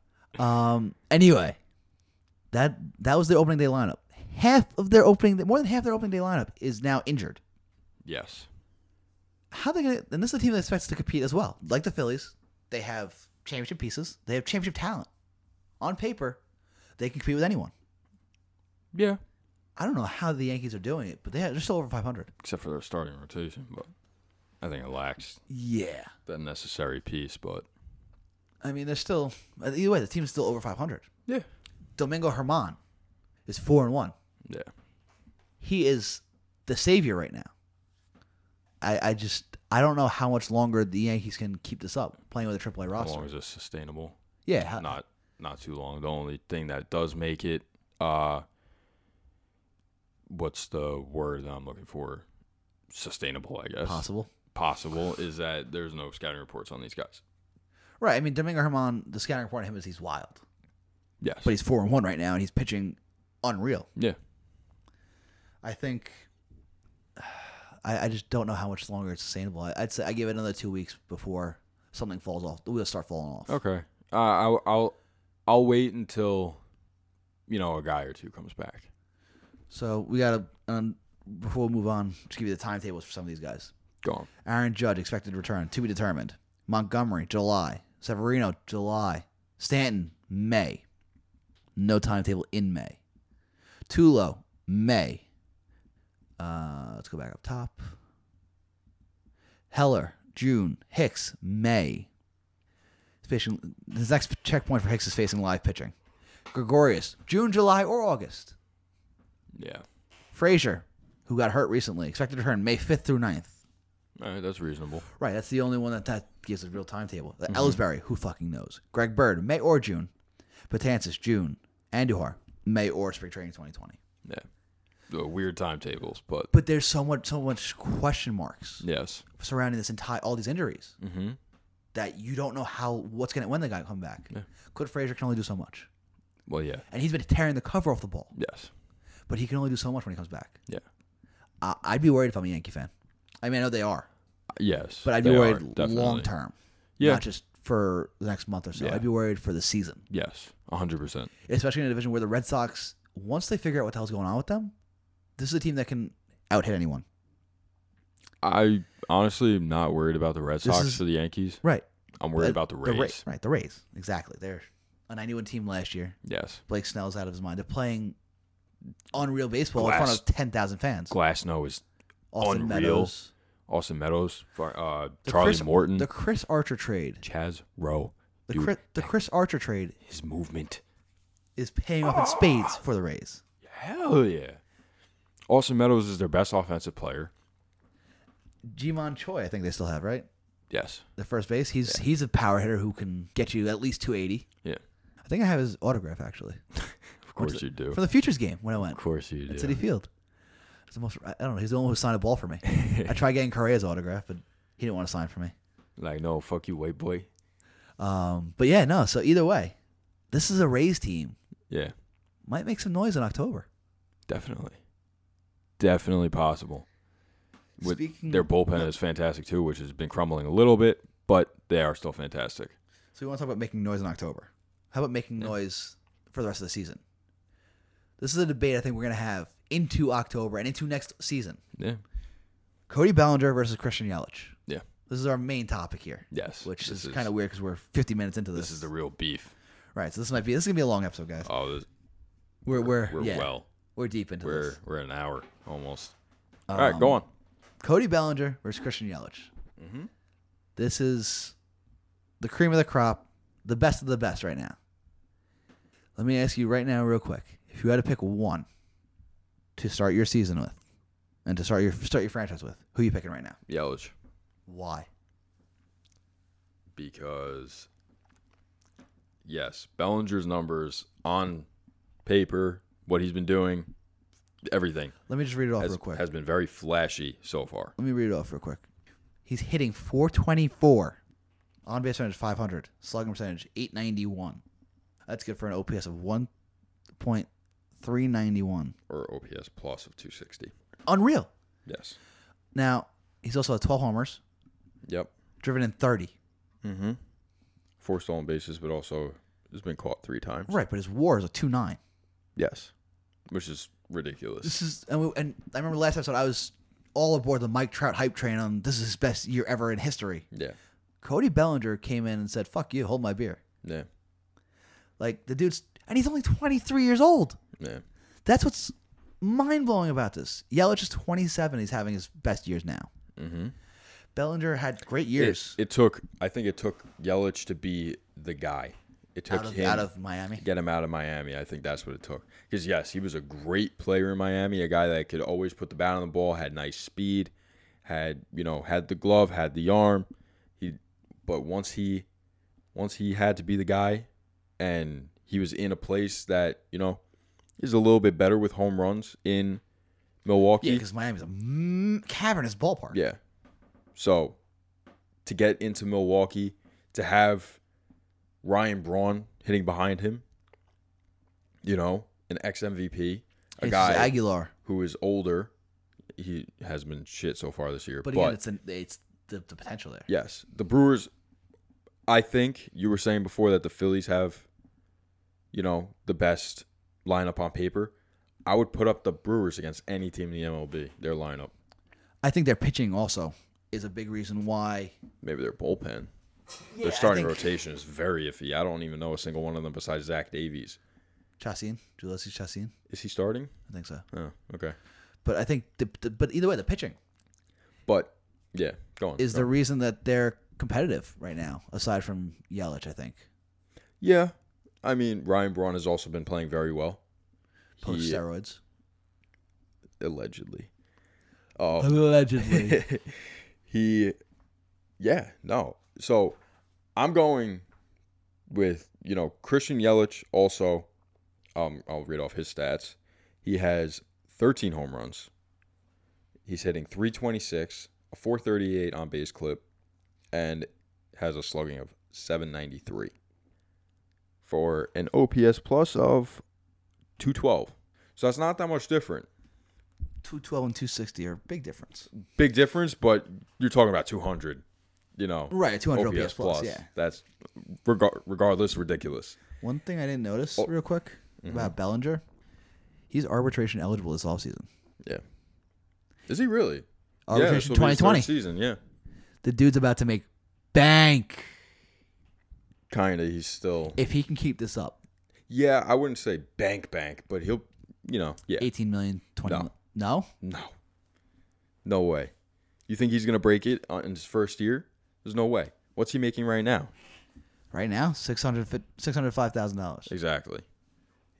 Speaker 1: Um. Anyway, that that was their opening day lineup. Half of their opening, more than half their opening day lineup is now injured.
Speaker 2: Yes.
Speaker 1: How they gonna? And this is a team that expects to compete as well. Like the Phillies, they have championship pieces. They have championship talent. On paper, they can compete with anyone.
Speaker 2: Yeah.
Speaker 1: I don't know how the Yankees are doing it, but they they're still over 500.
Speaker 2: Except for their starting rotation, but I think it lacks
Speaker 1: Yeah.
Speaker 2: that necessary piece. But
Speaker 1: I mean, they're still either way. The team's still over 500.
Speaker 2: yeah,
Speaker 1: Domingo Herman is four and one.
Speaker 2: yeah,
Speaker 1: He is the savior right now. I, I just I don't know how much longer the Yankees can keep this up playing with a AAA
Speaker 2: as
Speaker 1: roster.
Speaker 2: long as it's sustainable,
Speaker 1: yeah, how,
Speaker 2: not not too long. The only thing that does make it, uh, what's the word that I'm looking for? Sustainable, I guess.
Speaker 1: Possible.
Speaker 2: Possible is that there's no scouting reports on these guys.
Speaker 1: Right. I mean, Domingo Herman, the scouting report on him is he's wild,
Speaker 2: Yes.
Speaker 1: but he's four and one right now, and he's pitching unreal.
Speaker 2: yeah.
Speaker 1: I think. I, I just don't know how much longer it's sustainable. I, I'd say I give it another two weeks before something falls off. The wheels start falling off.
Speaker 2: Okay. Uh, I'll, I'll I'll wait until you know a guy or two comes back.
Speaker 1: So we gotta um, before we move on, just give you the timetables for some of these guys.
Speaker 2: Go on.
Speaker 1: Aaron Judge expected to return, to be determined. Montgomery, July. Severino, July. Stanton, May. No timetable in May. Tulo, May. Uh, let's go back up top. Heller, June. Hicks, May. Facing his next checkpoint for Hicks is facing live pitching. Gregorius, June, July, or August.
Speaker 2: Yeah.
Speaker 1: Frazier, who got hurt recently, expected to return May 5th through 9th.
Speaker 2: All right, that's reasonable.
Speaker 1: Right, that's the only one that that gives a real timetable.
Speaker 2: Mm-hmm.
Speaker 1: The Ellsbury, who fucking knows? Greg Bird, May or June. Patansis, June. Andujar, May or spring training 2020.
Speaker 2: Yeah. The weird timetables, but
Speaker 1: But there's so much, so much question marks
Speaker 2: yes.
Speaker 1: surrounding this entire all these injuries
Speaker 2: Mm-hmm.
Speaker 1: that you don't know how what's gonna when the guy come back.
Speaker 2: Yeah.
Speaker 1: Clint Frazier can only do so much,
Speaker 2: Well, yeah.
Speaker 1: and he's been tearing the cover off the ball,
Speaker 2: Yes.
Speaker 1: but he can only do so much when he comes back.
Speaker 2: Yeah.
Speaker 1: I, I'd be worried if I'm a Yankee fan. I mean, I know they are,
Speaker 2: Yes.
Speaker 1: but I'd be
Speaker 2: they are,
Speaker 1: worried
Speaker 2: definitely.
Speaker 1: long term,
Speaker 2: Yeah.
Speaker 1: not just for the next month or so.
Speaker 2: Yeah.
Speaker 1: I'd be worried for the season.
Speaker 2: Yes. hundred percent.
Speaker 1: especially in a division where the Red Sox, once they figure out what the hell's going on with them, this is a team that can out hit anyone.
Speaker 2: I honestly am not worried about the Red
Speaker 1: This
Speaker 2: Sox
Speaker 1: is-
Speaker 2: or the Yankees.
Speaker 1: Right.
Speaker 2: I'm worried about the
Speaker 1: The
Speaker 2: Rays.
Speaker 1: Ra- right. The Rays. Exactly. They're a 91 team last year.
Speaker 2: Yes.
Speaker 1: Blake Snell's out of his mind. They're playing unreal baseball in
Speaker 2: Glass-
Speaker 1: front of 10,000 fans.
Speaker 2: Glasnow is
Speaker 1: Austin
Speaker 2: unreal.
Speaker 1: Meadows.
Speaker 2: Austin Meadows, far- uh,
Speaker 1: The
Speaker 2: Charlie
Speaker 1: Chris-
Speaker 2: Morton,
Speaker 1: The Chris Archer trade.
Speaker 2: Chaz Rowe.
Speaker 1: The,
Speaker 2: Dude,
Speaker 1: Chris, the Chris Archer trade
Speaker 2: his movement.
Speaker 1: is paying off in spades for the Rays.
Speaker 2: Hell yeah. Austin Meadows is their best offensive player.
Speaker 1: Jimon Choi, I think they still have, right?
Speaker 2: Yes.
Speaker 1: The first base. He's he's a power hitter who can get you at least 280.
Speaker 2: Yeah.
Speaker 1: I think I have his autograph actually.
Speaker 2: Of course you do.
Speaker 1: From the Futures game when I went.
Speaker 2: Of course you do.
Speaker 1: City Field. It's the most. I don't know. He's the only one who signed a ball for me. I tried getting Correa's autograph, but he didn't want to sign for me.
Speaker 2: Like, no, fuck you, white boy.
Speaker 1: Um, but yeah, no. So either way, this is a Rays team.
Speaker 2: Yeah,
Speaker 1: Might make some noise in October.
Speaker 2: definitely. Definitely possible. With
Speaker 1: Speaking-
Speaker 2: their bullpen is fantastic too, which has been crumbling a little bit, but they are still fantastic.
Speaker 1: So we want to talk about making noise in October. How about making noise for the rest of the season? This is a debate I think we're gonna have into October and into next season.
Speaker 2: Yeah.
Speaker 1: Cody Bellinger versus Christian Yelich.
Speaker 2: Yeah.
Speaker 1: This is our main topic here.
Speaker 2: Yes.
Speaker 1: Which
Speaker 2: This
Speaker 1: is, kind of weird because we're 50 minutes into this.
Speaker 2: this is the real beef.
Speaker 1: right. So this might be this is gonna be a long episode, guys.
Speaker 2: Oh, this,
Speaker 1: We're we're
Speaker 2: we're
Speaker 1: yeah,
Speaker 2: well.
Speaker 1: We're deep into
Speaker 2: We're
Speaker 1: this. Um,
Speaker 2: we're an hour almost. All right, go on.
Speaker 1: Cody Bellinger versus Christian Yelich. mm-hmm. This is the cream of the crop, the best of the best right now. Let me ask you right now, real quick, if you had to pick one to start your season with, and to start your start your franchise with, who you picking right now?
Speaker 2: Yelich.
Speaker 1: Why?
Speaker 2: because yes, Bellinger's numbers on paper, what he's been doing, everything
Speaker 1: Let me just read it off
Speaker 2: has,
Speaker 1: real quick.
Speaker 2: has been very flashy so far.
Speaker 1: Let me read it off real quick. He's hitting 424, on base percentage 500, slugging percentage 891. That's good for an OPS of 1.391.
Speaker 2: Or OPS plus of 260.
Speaker 1: Unreal.
Speaker 2: Yes.
Speaker 1: Now, he's also at 12 homers,
Speaker 2: Yep.
Speaker 1: driven in 30.
Speaker 2: Mm-hmm. Four stolen bases, but also has been caught three times.
Speaker 1: Right, but his WAR is a 2.9.
Speaker 2: Yes. Which is ridiculous.
Speaker 1: This is and, we, and I remember last episode I was all aboard the Mike Trout hype train on this is his best year ever in history.
Speaker 2: Yeah.
Speaker 1: Cody Bellinger came in and said, "Fuck you, hold my beer."
Speaker 2: Yeah.
Speaker 1: Like the dude's and he's only 23 years old.
Speaker 2: Yeah.
Speaker 1: That's what's mind blowing about this. Yelich is 27. He's having his best years now.
Speaker 2: Mm-hmm.
Speaker 1: Bellinger had great years
Speaker 2: It, it took I think it took Yelich to be the guy. It took
Speaker 1: out, of,
Speaker 2: him
Speaker 1: out of Miami.
Speaker 2: get him out of Miami. I think that's what it took. Because yes, he was a great player in Miami, a guy that could always put the bat on the ball, had nice speed, had you know had the glove, had the arm. He, but once he, once he had to be the guy, and he was in a place that you know is a little bit better with home runs in Milwaukee.
Speaker 1: Yeah, because Miami's a m- cavernous ballpark.
Speaker 2: Yeah. So to get into Milwaukee, to have Ryan Braun hitting behind him, you know, an ex MVP, a
Speaker 1: It's
Speaker 2: guy
Speaker 1: just Aguilar,
Speaker 2: who is older. He has been shit so far this year.
Speaker 1: but
Speaker 2: But,
Speaker 1: again, it's an, it's the, the potential there.
Speaker 2: yes, the Brewers, I think you were saying before that the Phillies have, you know, the best lineup on paper. I would put up the Brewers against any team in the MLB, their lineup.
Speaker 1: I think their pitching also is a big reason why.
Speaker 2: maybe their bullpen.
Speaker 1: I
Speaker 2: their starting
Speaker 1: think-
Speaker 2: rotation is very iffy. I don't even know a single one of them besides Zach Davies.
Speaker 1: Chassin, Ulysses Chassin,
Speaker 2: Is he starting?
Speaker 1: I think so.
Speaker 2: Oh, okay.
Speaker 1: But I think, the, the, but either way, the pitching
Speaker 2: But yeah, go on.
Speaker 1: is
Speaker 2: go
Speaker 1: the
Speaker 2: on.
Speaker 1: reason that they're competitive right now. Aside from Yelich, I think
Speaker 2: yeah? I mean, Ryan Braun has also been playing very well,
Speaker 1: post
Speaker 2: He-
Speaker 1: steroids,
Speaker 2: allegedly. Oh,
Speaker 1: allegedly.
Speaker 2: he yeah no so i'm going with you know christian yelich also um i'll read off his stats he has 13 home runs he's hitting 326 a 438 on base clip and has a slugging of 793 for an ops plus of 212 so that's not that much different
Speaker 1: two twelve and two sixty are a big difference.
Speaker 2: big difference, but you're talking about 200, you know.
Speaker 1: Right, 200 OPS plus, yeah.
Speaker 2: That's regar- regardless ridiculous.
Speaker 1: One thing I didn't notice
Speaker 2: Oh.
Speaker 1: real quick
Speaker 2: Mm-hmm.
Speaker 1: about Bellinger, he's arbitration eligible this offseason.
Speaker 2: Yeah. Is he really? yeah, this
Speaker 1: Arbitration
Speaker 2: will be his third
Speaker 1: 2020.
Speaker 2: season, yeah.
Speaker 1: The dude's about to make bank
Speaker 2: Kind of he's still
Speaker 1: if he can keep this up.
Speaker 2: Yeah, I wouldn't say bank bank, but he'll, you know, yeah.
Speaker 1: 18 million, 20
Speaker 2: No.
Speaker 1: mil- No?
Speaker 2: No. No way. You think he's going to break it on- in his first year? There's no way. What's he making right now?
Speaker 1: Right now, six hundred $605,000.
Speaker 2: Exactly.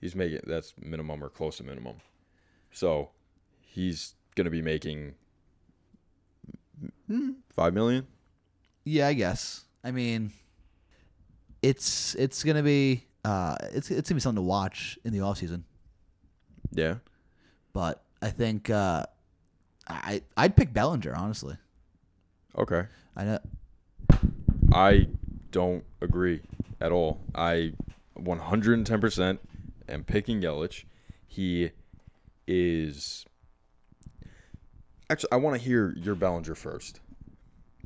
Speaker 2: He's making that's minimum or close to minimum. So he's gonna be making mm, five million.
Speaker 1: Yeah, I guess. I mean, it's it's going to be uh, it's, it's going to be something to watch in the offseason.
Speaker 2: Yeah.
Speaker 1: But I think uh, I, I'd pick Bellinger, honestly.
Speaker 2: Okay.
Speaker 1: I know.
Speaker 2: I don't agree at all. I 110% am picking Yelich. He is. Actually, I want to hear your Bellinger first.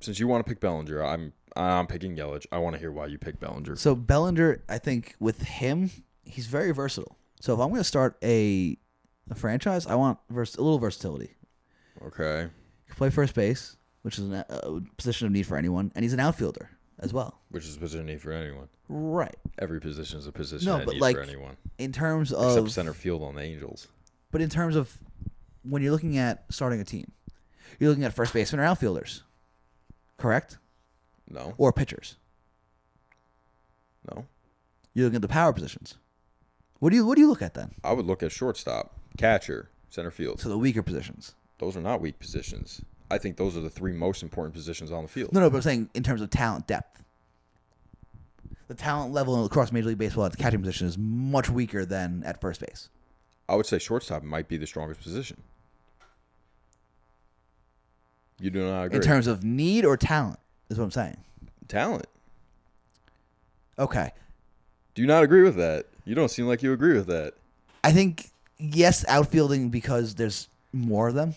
Speaker 2: Since you want to pick Bellinger, I'm I'm picking Yelich. I want to hear why you pick Bellinger.
Speaker 1: So Bellinger, I think with him, he's very versatile. So if I'm going to start a, a franchise, I want vers- a little versatility.
Speaker 2: Okay.
Speaker 1: He can play first base, which is a uh, position of need for anyone, and he's an outfielder as well.
Speaker 2: Which is a position of need for anyone.
Speaker 1: Right.
Speaker 2: Every position is a position
Speaker 1: No,
Speaker 2: that
Speaker 1: but
Speaker 2: needs
Speaker 1: like-
Speaker 2: for anyone.
Speaker 1: In terms
Speaker 2: Except
Speaker 1: of
Speaker 2: center field on the Angels.
Speaker 1: But in terms of when you're looking at starting a team, you're looking at first baseman or outfielders, correct?
Speaker 2: No.
Speaker 1: Or pitchers.
Speaker 2: No.
Speaker 1: You're looking at the power positions. What do you what do you look at then?
Speaker 2: I would look at shortstop, catcher, center field.
Speaker 1: So the weaker positions.
Speaker 2: Those are not weak positions. I think those are the three most important positions on the field.
Speaker 1: No, no, but I'm saying in terms of talent depth. The talent level across Major League Baseball at the catching position is much weaker than at first base.
Speaker 2: I would say shortstop might be the strongest position. You do not agree.
Speaker 1: In terms of need or talent, is what I'm saying.
Speaker 2: Talent.
Speaker 1: Okay.
Speaker 2: Do you not agree with that? You don't seem like you agree with that.
Speaker 1: I think yes, outfielding because there's more of them.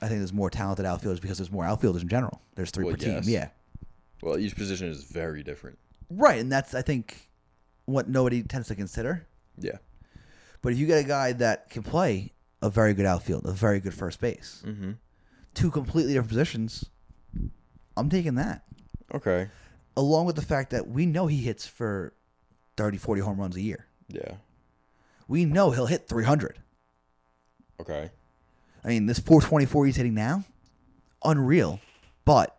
Speaker 1: I think there's more talented outfielders because there's more outfielders in general. There's three
Speaker 2: Well,
Speaker 1: per
Speaker 2: yes.
Speaker 1: team. Yeah.
Speaker 2: Well, each position is very different.
Speaker 1: Right, and that's I think what nobody tends to consider.
Speaker 2: Yeah.
Speaker 1: But if you get a guy that can play a very good outfield, a very good first base,
Speaker 2: Mhm.
Speaker 1: two completely different positions, I'm taking that.
Speaker 2: Okay.
Speaker 1: Along with the fact that we know he hits for 30, 40 home runs a year.
Speaker 2: Yeah.
Speaker 1: We know he'll hit 300.
Speaker 2: Okay.
Speaker 1: I mean, this 424 he's hitting now, unreal. But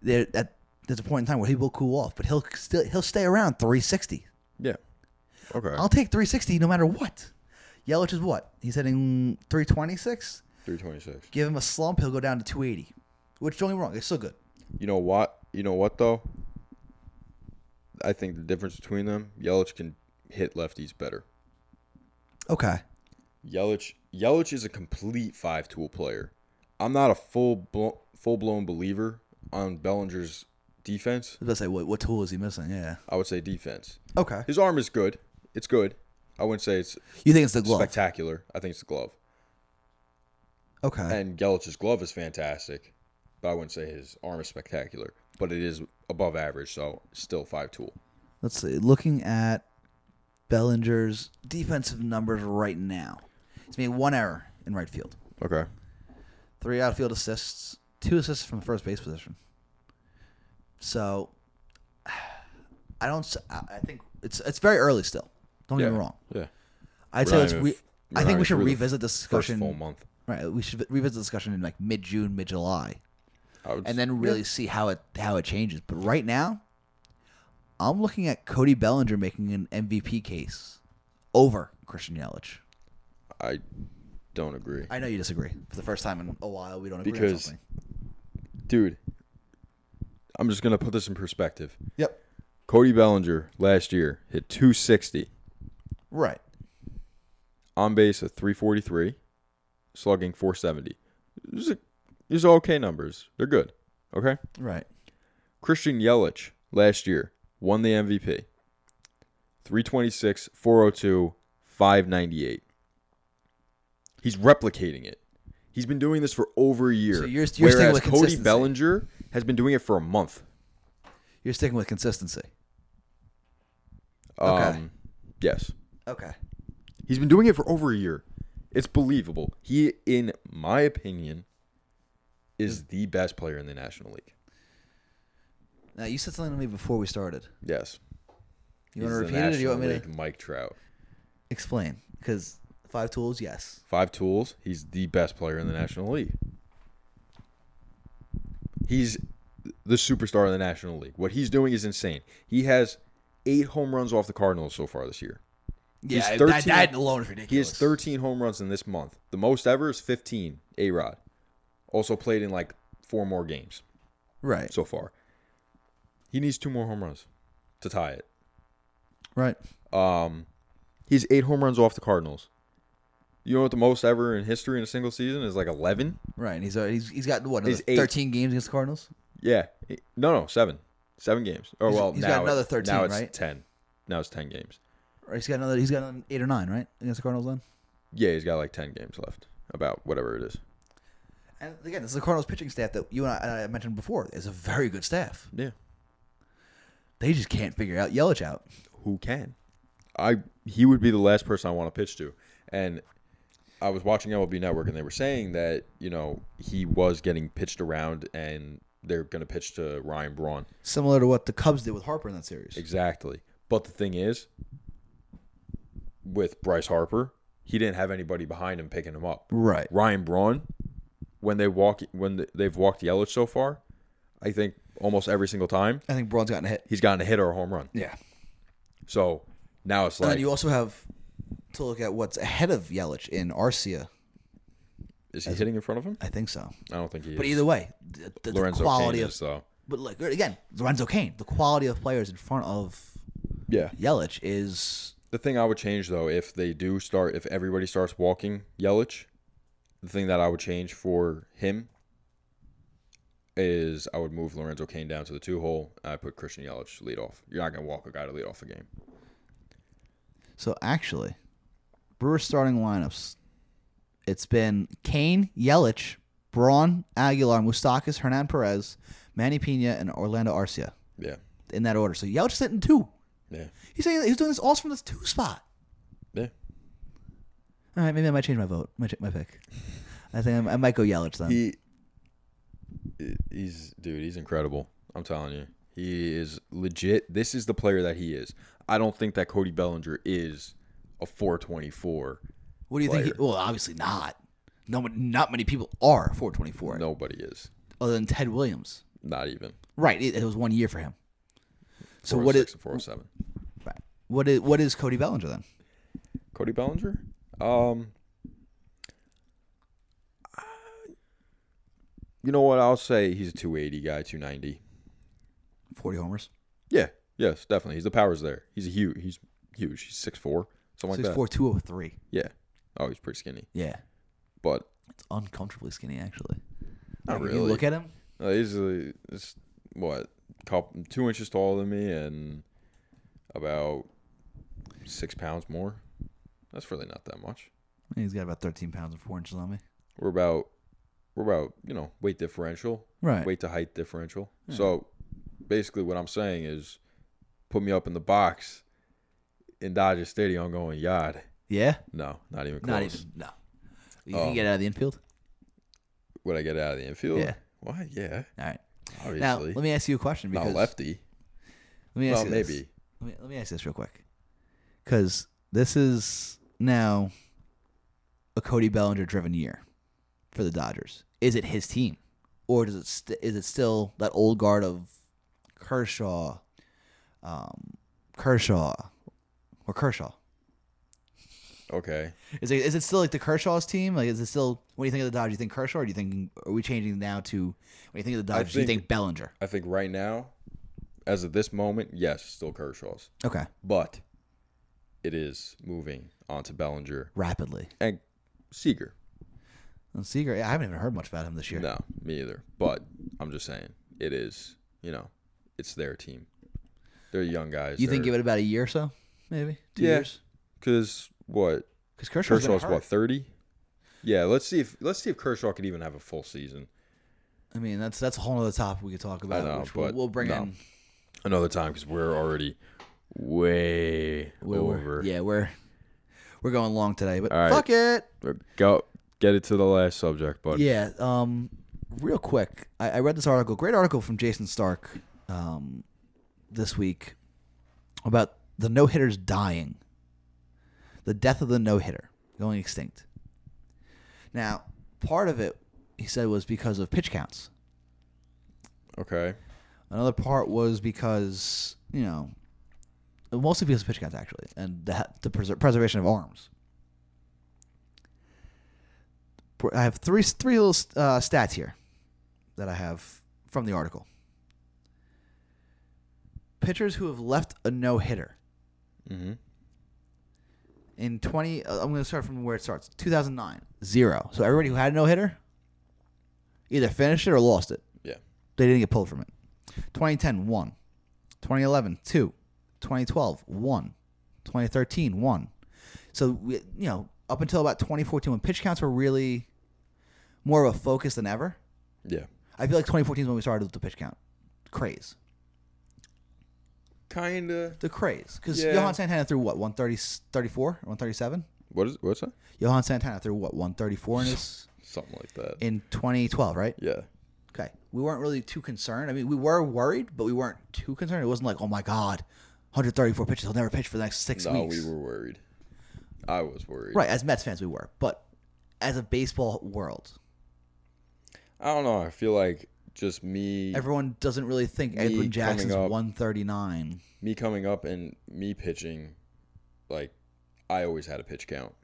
Speaker 1: there at there's a point in time where he will cool off, but he'll still he'll stay around 360.
Speaker 2: Yeah. Okay.
Speaker 1: I'll take 360 no matter what. Yelich is what he's hitting 326.
Speaker 2: 326.
Speaker 1: Give him a slump, he'll go down to 280. Which don't get me wrong, it's still good.
Speaker 2: You know what? You know what though? I think the difference between them, Yelich can hit lefties better.
Speaker 1: Okay.
Speaker 2: Yelich Yelich is a complete five tool player. I'm not a full blo- full blown believer on Bellinger's defense.
Speaker 1: I was about to say, what, what tool is he missing? Yeah.
Speaker 2: I would say defense.
Speaker 1: Okay.
Speaker 2: His arm is good. It's good. I wouldn't say it's
Speaker 1: You think it's the glove?
Speaker 2: spectacular. I think it's the glove.
Speaker 1: okay.
Speaker 2: And Gelich's glove is fantastic, but I wouldn't say his arm is spectacular. But it is above average, so still five tool.
Speaker 1: Let's see. Looking at Bellinger's defensive numbers right now, he's made one error in right field,
Speaker 2: Okay.
Speaker 1: three outfield assists, two assists from the first base position. So, I don't. s- I I think it's it's very early still. Don't get me wrong.
Speaker 2: Yeah.
Speaker 1: I'd
Speaker 2: We're
Speaker 1: say
Speaker 2: not
Speaker 1: let's
Speaker 2: even
Speaker 1: we.
Speaker 2: f- we're
Speaker 1: I
Speaker 2: not
Speaker 1: think
Speaker 2: even
Speaker 1: we should
Speaker 2: through the
Speaker 1: revisit this
Speaker 2: First full
Speaker 1: discussion.
Speaker 2: month.
Speaker 1: Right, we should revisit the discussion in like mid June, mid July,
Speaker 2: I would
Speaker 1: and then really see how it how it changes. But right now, I'm looking at Cody Bellinger making an MVP case over Christian Yelich.
Speaker 2: I don't agree.
Speaker 1: I know you disagree. For the first time in a while, we don't agree on
Speaker 2: Because-
Speaker 1: something.
Speaker 2: Dude, I'm just gonna put this in perspective.
Speaker 1: Yep.
Speaker 2: Cody Bellinger last year hit 260,
Speaker 1: Right.
Speaker 2: on base at 343, slugging 470. These are, these are okay numbers. They're good. Okay.
Speaker 1: Right.
Speaker 2: Christian Yelich last year won the MVP. 326, 402, 598. He's replicating it. He's been doing this for over a year.
Speaker 1: So you're- you're sticking
Speaker 2: whereas
Speaker 1: with
Speaker 2: Cody
Speaker 1: consistency.
Speaker 2: Bellinger has been doing it for a month.
Speaker 1: You're sticking with consistency.
Speaker 2: Um,
Speaker 1: Okay.
Speaker 2: Yes.
Speaker 1: Okay.
Speaker 2: He's been doing it for over a year. It's believable. He, in my opinion, is the best player in the National League.
Speaker 1: Now you said something to me before we started.
Speaker 2: Yes.
Speaker 1: You want to
Speaker 2: He's the
Speaker 1: repeat it, or you want me
Speaker 2: National
Speaker 1: to
Speaker 2: League Mike Trout.
Speaker 1: explain? Because five tools, yes.
Speaker 2: Five tools. He's the best player in the National League. He's the superstar in the National League. What he's doing is insane. He has eight home runs off the Cardinals so far this year.
Speaker 1: Yeah, that-
Speaker 2: He's 13
Speaker 1: that alone is
Speaker 2: He has
Speaker 1: ridiculous.
Speaker 2: 13 home runs in this month. The most ever is 15. A Rod. Also played in like four more games.
Speaker 1: Right.
Speaker 2: so far. He needs two more home runs to tie it.
Speaker 1: Right.
Speaker 2: Um, he's eight home runs off the Cardinals. You know what the most ever in history in a single season is like eleven.
Speaker 1: Right. And he's uh, he's he's got what
Speaker 2: He's
Speaker 1: another
Speaker 2: eight.
Speaker 1: thirteen games against the Cardinals.
Speaker 2: Yeah, He- no, no, seven, seven games. Oh
Speaker 1: He's-
Speaker 2: well,
Speaker 1: he's
Speaker 2: now
Speaker 1: got another
Speaker 2: it's,
Speaker 1: 13,
Speaker 2: Now it's
Speaker 1: right?
Speaker 2: ten. Now it's ten games.
Speaker 1: Or he's got another. He's got another eight or nine right against the Cardinals then.
Speaker 2: Yeah, he's got like ten games left. About whatever it is.
Speaker 1: And again, this is the Cardinals pitching staff that you and I, and I mentioned before. is a very good staff.
Speaker 2: Yeah.
Speaker 1: They just can't figure out Yelich out.
Speaker 2: who can. I he would be the last person I want to pitch to. And I was watching MLB Network and they were saying that, you know, he was getting pitched around and they're going to pitch to Ryan Braun.
Speaker 1: Similar to what the Cubs did with Harper in that series.
Speaker 2: Exactly. But the thing is with Bryce Harper, he didn't have anybody behind him picking him up.
Speaker 1: Right.
Speaker 2: Ryan Braun when they walk when they've walked Yelich so far, I think almost every single time
Speaker 1: I think Braun's gotten a hit.
Speaker 2: he's gotten a hit or a home run.
Speaker 1: Yeah.
Speaker 2: So now it's
Speaker 1: And
Speaker 2: like
Speaker 1: then you also have to look at what's ahead of Yelich in Arcia.
Speaker 2: is he hitting in front of him?
Speaker 1: I think so.
Speaker 2: I don't think he is.
Speaker 1: But either way, the, the, the
Speaker 2: Lorenzo
Speaker 1: quality
Speaker 2: Kane
Speaker 1: of
Speaker 2: is, though.
Speaker 1: but like again, Lorenzo Kane, the quality of players in front of
Speaker 2: Yeah.
Speaker 1: Yelich is
Speaker 2: The thing I would change though, if they do start, if everybody starts walking Yelich, the thing that I would change for him is I would move Lorenzo Kane down to the two hole. And I put Christian Yelich lead off. You're not gonna walk a guy to lead off a game.
Speaker 1: so actually Brewers starting lineups. It's been Kane, Yelich, Braun, Aguilar, Mustakis, Hernan Perez, Manny Pena, and Orlando Arcia
Speaker 2: Yeah.
Speaker 1: in that order. So Yelich is hitting two.
Speaker 2: Yeah.
Speaker 1: He's saying he's doing this all from this two spot.
Speaker 2: Yeah.
Speaker 1: All right, maybe I might change my vote, my, ch- my pick. I think I'm, I might go Yelich then.
Speaker 2: He he's dude, he's incredible. I'm telling you. He is legit. This is the player that he is. I don't think that Cody Bellinger is a 424.
Speaker 1: what do you think? He, well, obviously not. No, one- not many people are 424
Speaker 2: Nobody is.
Speaker 1: other than Ted Williams.
Speaker 2: Not even.
Speaker 1: Right, it, it was one year for him. So what
Speaker 2: 406
Speaker 1: is
Speaker 2: and 407.
Speaker 1: right, what is what is Cody Bellinger then?
Speaker 2: Cody Bellinger? Um You know what? I'll say he's a 280 guy, 290.
Speaker 1: 40 homers.
Speaker 2: Yeah. Yes, definitely. He's the power's there. He's a huge. He's huge. He's six four, something
Speaker 1: Six
Speaker 2: like that.
Speaker 1: four two oh three.
Speaker 2: Yeah. Oh, he's pretty skinny,
Speaker 1: Yeah,
Speaker 2: but
Speaker 1: it's uncomfortably skinny actually.
Speaker 2: Not
Speaker 1: Like, if You
Speaker 2: really.
Speaker 1: look at him.
Speaker 2: uh, he's a, it's, what couple two inches taller than me and about six pounds more. That's really not that much.
Speaker 1: He's got about thirteen pounds and four inches on me.
Speaker 2: We're about we're about you know weight differential,
Speaker 1: Right. Hmm.
Speaker 2: weight to height differential. So basically, what I'm saying is, put me up in the box in Dodger Stadium. I'm going yard.
Speaker 1: Yeah.
Speaker 2: No, not even close.
Speaker 1: Not even. No. You
Speaker 2: Oh.
Speaker 1: can get out of the infield.
Speaker 2: Would I get out of the infield?
Speaker 1: Yeah.
Speaker 2: Why? Yeah.
Speaker 1: All right.
Speaker 2: Obviously.
Speaker 1: Now let me ask you a question
Speaker 2: not
Speaker 1: because
Speaker 2: lefty.
Speaker 1: let me ask
Speaker 2: Well,
Speaker 1: you this.
Speaker 2: maybe.
Speaker 1: Let me, let me ask this real quick. Because this is now a Cody Bellinger driven year for the Dodgers. Is it his team? Or does it st- is it still that old guard of Kershaw, um, Kershaw, or Kershaw?
Speaker 2: Okay.
Speaker 1: Is it, is it still like the Kershaw's team? Like, is it still, when you think of the Dodgers, you think Kershaw, or do you think, are we changing now to, when you think of the Dodgers, you
Speaker 2: think-
Speaker 1: think Bellinger?
Speaker 2: I think right now, as of this moment, yes, still Kershaw's,
Speaker 1: Okay.
Speaker 2: but it is moving on to Bellinger
Speaker 1: Rapidly.
Speaker 2: and Seager.
Speaker 1: And Seager, I haven't even heard much about him this year.
Speaker 2: No, me either. But I'm just saying, it is. You know, it's their team. They're young guys.
Speaker 1: You think give it about a year or so, maybe two
Speaker 2: Yeah.
Speaker 1: years?
Speaker 2: because what
Speaker 1: Because Kershaw's,
Speaker 2: Kershaw's
Speaker 1: been hurt.
Speaker 2: what thirty? Yeah, let's see if let's see if Kershaw could even have a full season.
Speaker 1: I mean, that's that's a whole other topic we could talk about,
Speaker 2: know,
Speaker 1: which we'll,
Speaker 2: but
Speaker 1: we'll bring
Speaker 2: no.
Speaker 1: in.
Speaker 2: another time because we're already way
Speaker 1: We're, we're-
Speaker 2: over.
Speaker 1: yeah, we're we're going long today, but
Speaker 2: All right.
Speaker 1: fuck it.
Speaker 2: Go get it to the last subject, bud.
Speaker 1: Yeah. Um, real quick, I, I read this article, great article from Jason Stark, um, this week about the no hitters dying, the death of the no hitter going extinct. Now, part of it he said was because of pitch counts.
Speaker 2: Okay.
Speaker 1: Another part was because you know, mostly because of pitch counts actually, and the, the preser- preservation of arms. Por- I have three three little uh, stats here that I have from the article. Pitchers who have left a no hitter
Speaker 2: Mm-hmm.
Speaker 1: in 20 uh, I'm going to start from where it starts. 2009, 0. So everybody who had a no hitter either finished it or lost it.
Speaker 2: Yeah.
Speaker 1: They didn't get pulled from it. 2010, 1. 2011, 2. 2012, 1. 2013, 1. So, we, you know, up until about 2014, when pitch counts were really more of a focus than ever,
Speaker 2: Yeah.
Speaker 1: I feel like 2014 is when we started with the pitch count craze.
Speaker 2: Kinda.
Speaker 1: The craze. Because
Speaker 2: Yeah.
Speaker 1: Johan Santana threw what, 134 or 137?
Speaker 2: What is what's that?
Speaker 1: Johan Santana threw what, 134 in his.
Speaker 2: Something like that.
Speaker 1: in 2012, right?
Speaker 2: yeah.
Speaker 1: Okay. We weren't really too concerned. I mean, we were worried, but we weren't too concerned. It wasn't like, oh my God, 134 pitches. He'll never pitch for the next six
Speaker 2: No,
Speaker 1: weeks.
Speaker 2: we were worried. I was worried.
Speaker 1: Right. As Mets fans, we were. But as a baseball world,
Speaker 2: I don't know. I feel like just me
Speaker 1: everyone doesn't really think
Speaker 2: Me
Speaker 1: Edwin
Speaker 2: coming
Speaker 1: Jackson's
Speaker 2: up-
Speaker 1: 139.
Speaker 2: me coming up and me pitching, like I always had a pitch count.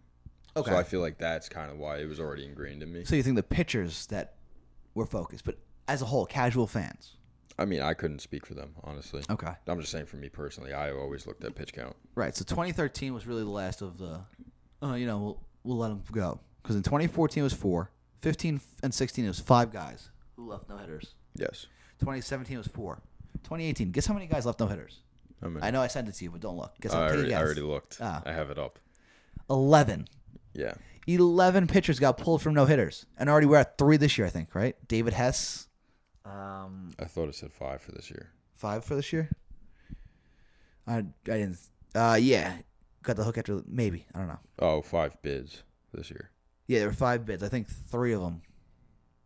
Speaker 1: Okay.
Speaker 2: So
Speaker 1: So,
Speaker 2: I feel like that's kind of why it was already ingrained in me.
Speaker 1: you think the pitchers that were focused, but as a whole, casual fans.
Speaker 2: I mean, I couldn't speak for them honestly.
Speaker 1: Okay.
Speaker 2: I'm just saying for me personally, I always looked at pitch count.
Speaker 1: Right. So 2013 was really the last of the, uh, you know, we'll, we'll let them go. Because in 2014 it was four, 15 and 16 it was five guys who left no hitters.
Speaker 2: Yes.
Speaker 1: 2017 was four. 2018. Guess how many guys left no hitters?
Speaker 2: I mean,
Speaker 1: I know I sent it to you, but don't look. Guess
Speaker 2: I
Speaker 1: I'll take a
Speaker 2: already, I
Speaker 1: guess.
Speaker 2: already looked.
Speaker 1: Ah.
Speaker 2: I have it up.
Speaker 1: Eleven.
Speaker 2: Yeah.
Speaker 1: Eleven pitchers got pulled from no hitters, and already we're at three this year, I think. Right? David Hess, um,
Speaker 2: I thought it said five for this year.
Speaker 1: five for this year. I I didn't. Uh, yeah, got the hook after maybe I don't know.
Speaker 2: Oh, five bids this year.
Speaker 1: Yeah, there were five bids. I think three of them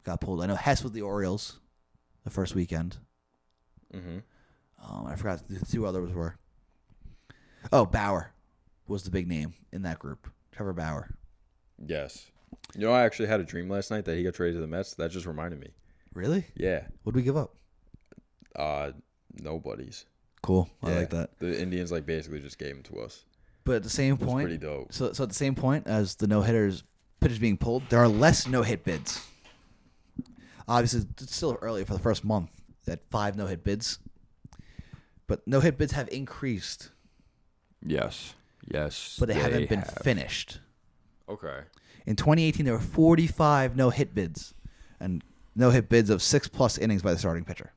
Speaker 1: got pulled. I know Hess with the Orioles, the first weekend.
Speaker 2: Mm-hmm.
Speaker 1: Um, I forgot the two others were. Oh, Bauer was the big name in that group. Trevor Bauer.
Speaker 2: Yes. You know, I actually had a dream last night that he got traded to the Mets. That just reminded me.
Speaker 1: Really?
Speaker 2: Yeah.
Speaker 1: What would we give up?
Speaker 2: Uh, nobody's.
Speaker 1: Cool. I
Speaker 2: Yeah.
Speaker 1: like that.
Speaker 2: The Indians like basically just gave him to us.
Speaker 1: But at the same
Speaker 2: It's
Speaker 1: point,
Speaker 2: pretty dope.
Speaker 1: so so at the same point as the no hitters pitchers being pulled, there are less no hit bids. Obviously, it's still early for the first month at five no hit bids. But no hit bids have increased,
Speaker 2: Yes. Yes.
Speaker 1: but they, haven't been
Speaker 2: have.
Speaker 1: finished.
Speaker 2: Okay.
Speaker 1: In 2018, there were 45 no hit bids, and no hit bids of six plus innings by the starting pitcher.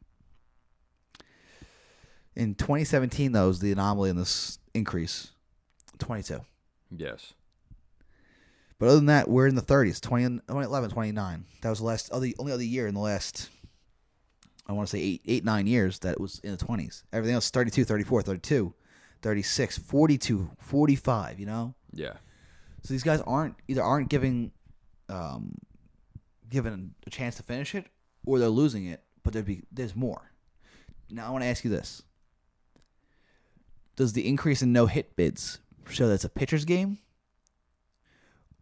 Speaker 1: In 2017, though, is the anomaly in this increase 22.
Speaker 2: Yes.
Speaker 1: But other than that, we're in the 30s 20, 2011, 29. That was the last, other, only other year in the last, I want to say eight, eight, nine years that was in the 20s. Everything else 32, 34, 32, 36, 42, 45, you know?
Speaker 2: Yeah.
Speaker 1: So these guys aren't either aren't giving, um, given a chance to finish it, or they're losing it. But there'd be there's more. Now I want to ask you this: Does the increase in no hit bids show that it's a pitcher's game,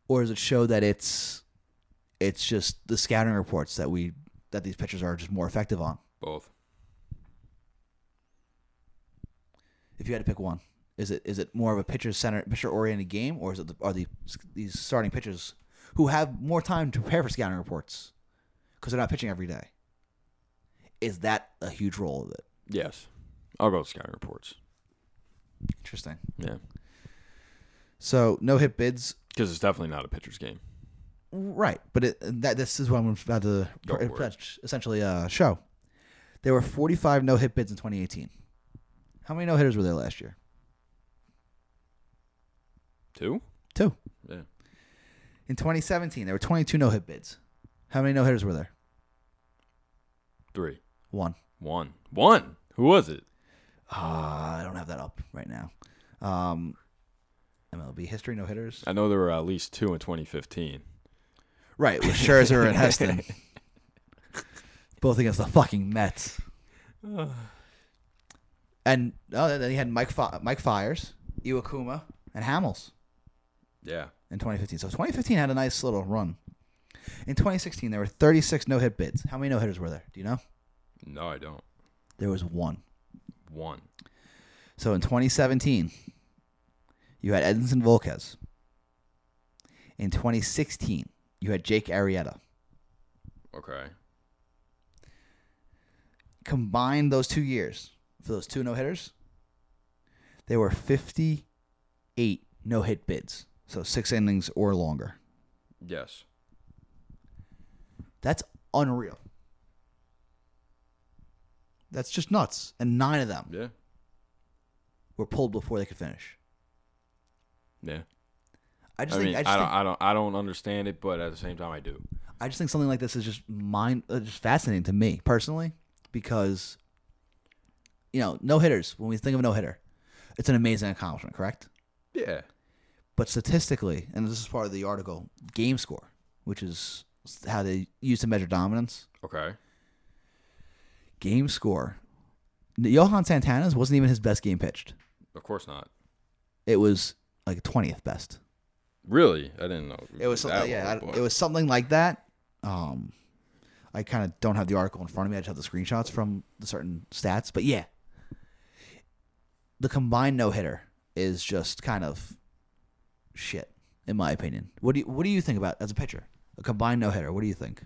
Speaker 1: or does it show that it's it's just the scouting reports that we that these pitchers are just more effective on?
Speaker 2: Both.
Speaker 1: If you had to pick one, is it is it more of a pitcher center pitcher oriented game, or is it the, are the these starting pitchers who have more time to prepare for scouting reports because they're not pitching every day? Is that a huge role of it?
Speaker 2: Yes. I'll go with scouting reports.
Speaker 1: Interesting.
Speaker 2: Yeah.
Speaker 1: So no hit bids,
Speaker 2: Because it's definitely not a pitcher's game.
Speaker 1: right? But it, that this is what I'm about to
Speaker 2: Go for
Speaker 1: essentially uh, show. There were 45 no hit bids in 2018. How many no hitters were there last year?
Speaker 2: Two?
Speaker 1: Two.
Speaker 2: Yeah.
Speaker 1: In 2017, there were 22 no hit bids. How many no hitters were there?
Speaker 2: Three.
Speaker 1: One.
Speaker 2: One. One. Who was it?
Speaker 1: Ah, I don't have that up right now. Um, MLB history no hitters.
Speaker 2: I know there were at least two in 2015.
Speaker 1: Right, with Scherzer and Heston, both against the fucking Mets. and oh, then he had Mike Fi- Mike Fires, Iwakuma, and Hamels
Speaker 2: Yeah.
Speaker 1: in 2015. So 2015 had a nice little run. In 2016, there were 36 no hit bids. How many no hitters were there? Do you know?
Speaker 2: No, I don't.
Speaker 1: There was one.
Speaker 2: One.
Speaker 1: So in 2017, you had Edinson Volquez. In 2016, you had Jake Arrieta.
Speaker 2: Okay.
Speaker 1: Combine those two years for those two no hitters, there were 58 no hit bids. So six innings or longer.
Speaker 2: Yes.
Speaker 1: That's unreal. That's just nuts. And nine of them
Speaker 2: Yeah.
Speaker 1: were pulled before they could finish.
Speaker 2: Yeah.
Speaker 1: I just
Speaker 2: I
Speaker 1: think
Speaker 2: mean,
Speaker 1: I
Speaker 2: I,
Speaker 1: just
Speaker 2: don't,
Speaker 1: think,
Speaker 2: I don't, I don't understand it, but at the same time, I do.
Speaker 1: I just think something like this is just mind, uh, just fascinating to me personally, because you know, no hitters. When we think of a no hitter, it's an amazing accomplishment, correct?
Speaker 2: Yeah.
Speaker 1: But statistically, and this is part of the article, game score, which is how they use to measure dominance.
Speaker 2: Okay.
Speaker 1: Game score. Johan Santana's wasn't even his best game pitched.
Speaker 2: Of course not.
Speaker 1: It was like twentieth best.
Speaker 2: Really? I didn't know.
Speaker 1: It was something, yeah, I- it was something like that. Um, I kind of don't have the article in front of me. I just have the screenshots from the certain stats, but yeah, the combined no hitter is just kind of shit, in my opinion. What do you What do you think about as a pitcher a combined no hitter? What do you think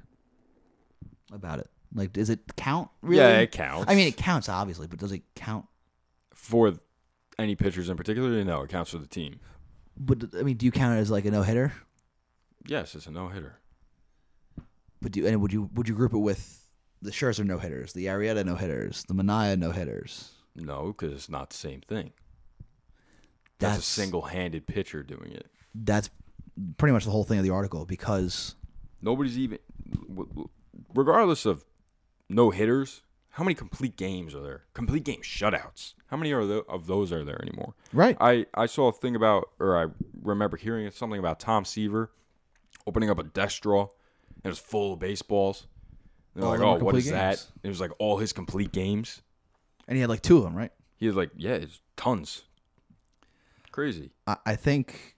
Speaker 1: about it? Like, does it count? Really?
Speaker 2: Yeah, it counts.
Speaker 1: I mean, it counts obviously, but does it count?
Speaker 2: for any pitchers in particular, no, it counts for the team.
Speaker 1: But I mean, do you count it as like a no hitter?
Speaker 2: Yes, it's a no hitter.
Speaker 1: But do and would you would you group it with the Scherzer no hitters, the Arietta no hitters, the Mania no hitters?
Speaker 2: No, because it's not the same thing. That's, a single handed pitcher doing it.
Speaker 1: That's pretty much the whole thing of the article because
Speaker 2: Nobody's even, w- w- regardless of no hitters, how many complete games are there? Complete game shutouts. How many are tho- of those are there anymore?
Speaker 1: right.
Speaker 2: I, I saw a thing about, or I remember hearing something about Tom Seaver opening up a desk draw and it was full of baseballs. And they're
Speaker 1: All of
Speaker 2: like,
Speaker 1: them were
Speaker 2: oh, what
Speaker 1: complete
Speaker 2: is that?
Speaker 1: games.
Speaker 2: It was like all his complete games.
Speaker 1: And he had like two of them, right?
Speaker 2: He was like, yeah, it's tons. Crazy.
Speaker 1: I, I think.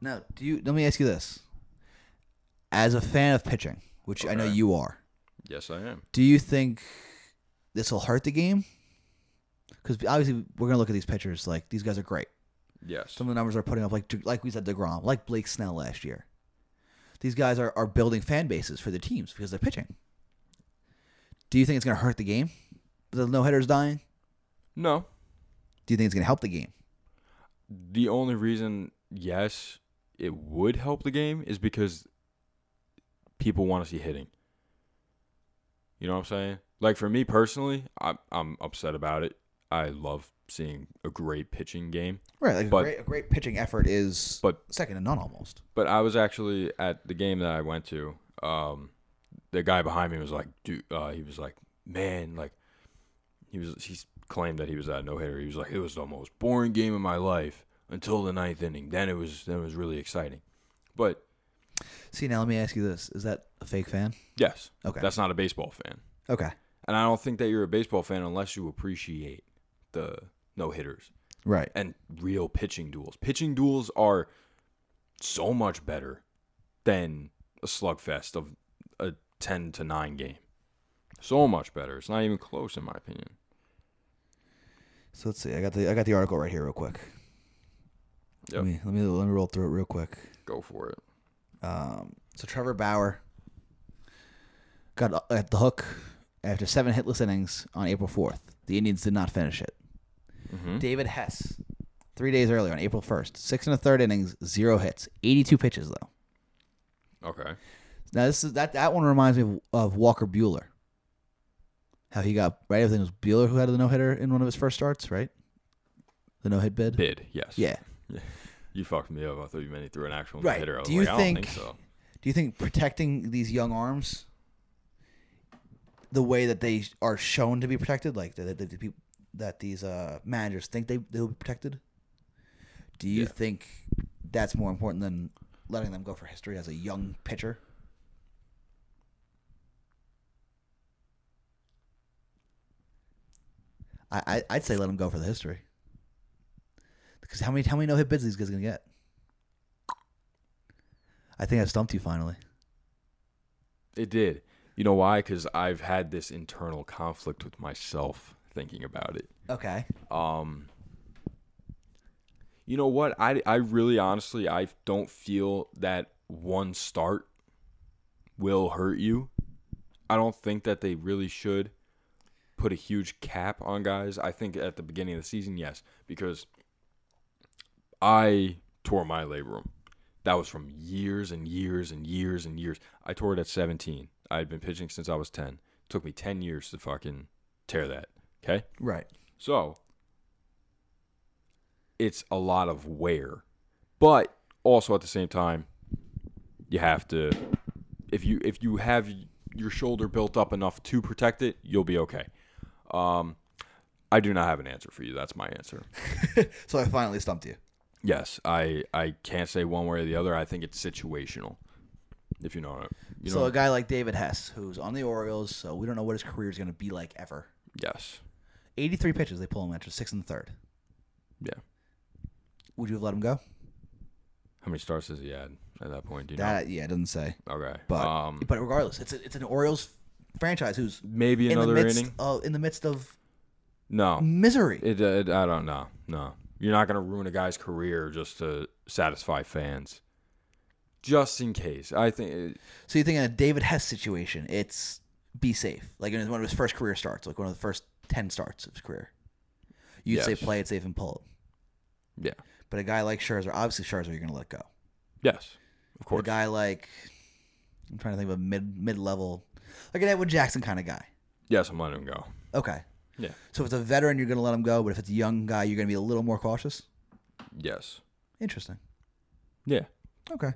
Speaker 1: Now, do you? Let me ask you this: As a fan of pitching, which I know
Speaker 2: Okay.
Speaker 1: you are,
Speaker 2: Yes, I am.
Speaker 1: do you think this will hurt the game? Because obviously, we're gonna look at these pitchers like these guys are great.
Speaker 2: Yes.
Speaker 1: some of the numbers are putting up, like like we said, Degrom, like Blake Snell last year. These guys are, are building fan bases for their teams because they're pitching. Do you think it's going to hurt the game? The no hitters dying,
Speaker 2: No.
Speaker 1: Do you think it's going to help the game?
Speaker 2: The only reason, yes, it would help the game is because people want to see hitting. You know what I'm saying? Like for me personally, I'm I'm upset about it. I love seeing a great pitching game,
Speaker 1: Right. Like
Speaker 2: But-
Speaker 1: a, great, a great pitching effort is
Speaker 2: but
Speaker 1: second to none almost.
Speaker 2: but I was actually at the game that I went to. Um, the guy behind me was like, dude, uh, he was like, man, like, he was, he claimed that he was at no hitter. He was like, it was the most boring game of my life until the ninth inning. Then it was, then it was really exciting. But
Speaker 1: See, now let me ask you this. Is that a fake fan?
Speaker 2: yes,
Speaker 1: Okay.
Speaker 2: that's not a baseball fan.
Speaker 1: okay.
Speaker 2: And I don't think that you're a baseball fan unless you appreciate the no hitters.
Speaker 1: Right.
Speaker 2: and real pitching duels. Pitching duels are so much better than a slugfest of a 10 to 9 game. So much better. It's not even close in my opinion.
Speaker 1: So let's see. I got the I got the article right here real quick.
Speaker 2: Yep.
Speaker 1: Let me let me let me roll through it real quick.
Speaker 2: Go for it.
Speaker 1: Um, so Trevor Bauer got u- at the hook after seven hitless innings on April 4th. The Indians did not finish it.
Speaker 2: Mm-hmm. Hmm.
Speaker 1: David Hess, three days earlier on April 1st, six and a third innings, zero hits, 82 pitches though.
Speaker 2: Okay.
Speaker 1: Now this is that that one reminds me of, of Walker Bueller. How he got right? I think it was Bueller who had the no hitter in one of his first starts, right? The no hit bid.
Speaker 2: Bid, yes.
Speaker 1: Yeah.
Speaker 2: You fucked me up. I thought you meant he threw an actual
Speaker 1: Right.
Speaker 2: hitter. I was
Speaker 1: Do you
Speaker 2: like, I don't think
Speaker 1: think-
Speaker 2: so.
Speaker 1: Do you think protecting these young arms the way that they are shown to be protected, like that that, the peop- that these uh, managers think they they'll be protected? Do you
Speaker 2: Yeah.
Speaker 1: think that's more important than letting them go for history as a young pitcher? I, I I'd say let them go for the history. Because how many how many no hit bids these guys gonna get? I think I stumped you finally.
Speaker 2: It did. You know why? Cuz I've had this internal conflict with myself thinking about it.
Speaker 1: Okay.
Speaker 2: Um, you know what? I, I really honestly I don't feel that one start will hurt you. I don't think that they really should put a huge cap on guys. I think at the beginning of the season, yes, because I tore my labrum. That was from years and years and years and years. I tore it at 17. I had been pitching since I was 10. Took me 10 years to fucking tear that. Okay?
Speaker 1: Right.
Speaker 2: So it's a lot of wear. But also at the same time, you have to if you if you have your shoulder built up enough to protect it, you'll be okay. Um I do not have an answer for you. That's my answer.
Speaker 1: So I finally stumped you.
Speaker 2: Yes, I I can't say one way or the other. I think it's situational. If you know what you know.
Speaker 1: so a guy like David Hess, who's on the Orioles, so we don't know what his career is going to be like ever.
Speaker 2: yes.
Speaker 1: 83 pitches they pull him after six and third.
Speaker 2: Yeah.
Speaker 1: Would you have let him go?
Speaker 2: How many stars does he had at that point? Do you
Speaker 1: That yeah, it doesn't say.
Speaker 2: know? Okay.
Speaker 1: But
Speaker 2: um,
Speaker 1: but regardless, it's a, it's an Orioles franchise who's in
Speaker 2: maybe
Speaker 1: the
Speaker 2: another
Speaker 1: midst
Speaker 2: inning.
Speaker 1: of in the midst of
Speaker 2: No.
Speaker 1: misery.
Speaker 2: It, it I don't know. No. You're not going to ruin a guy's career just to satisfy fans. Just in case. I think uh, it,
Speaker 1: so you think in a David Hess situation, it's be safe. Like in one of his first career starts, like one of the first 10 starts of his career. You'd say
Speaker 2: Yes.
Speaker 1: play it safe and pull it.
Speaker 2: yeah.
Speaker 1: But a guy like Scherzer, obviously Scherzer you're going to let go.
Speaker 2: Yes. Of
Speaker 1: Or
Speaker 2: course.
Speaker 1: a guy like I'm trying to think of a mid mid level, like an Edwin Jackson kind of guy.
Speaker 2: yes, I'm letting him go.
Speaker 1: Okay,
Speaker 2: Yeah.
Speaker 1: so if it's a veteran, you're going to let him go, but if it's a young guy, you're going to be a little more cautious.
Speaker 2: Yes.
Speaker 1: Interesting.
Speaker 2: Yeah.
Speaker 1: Okay,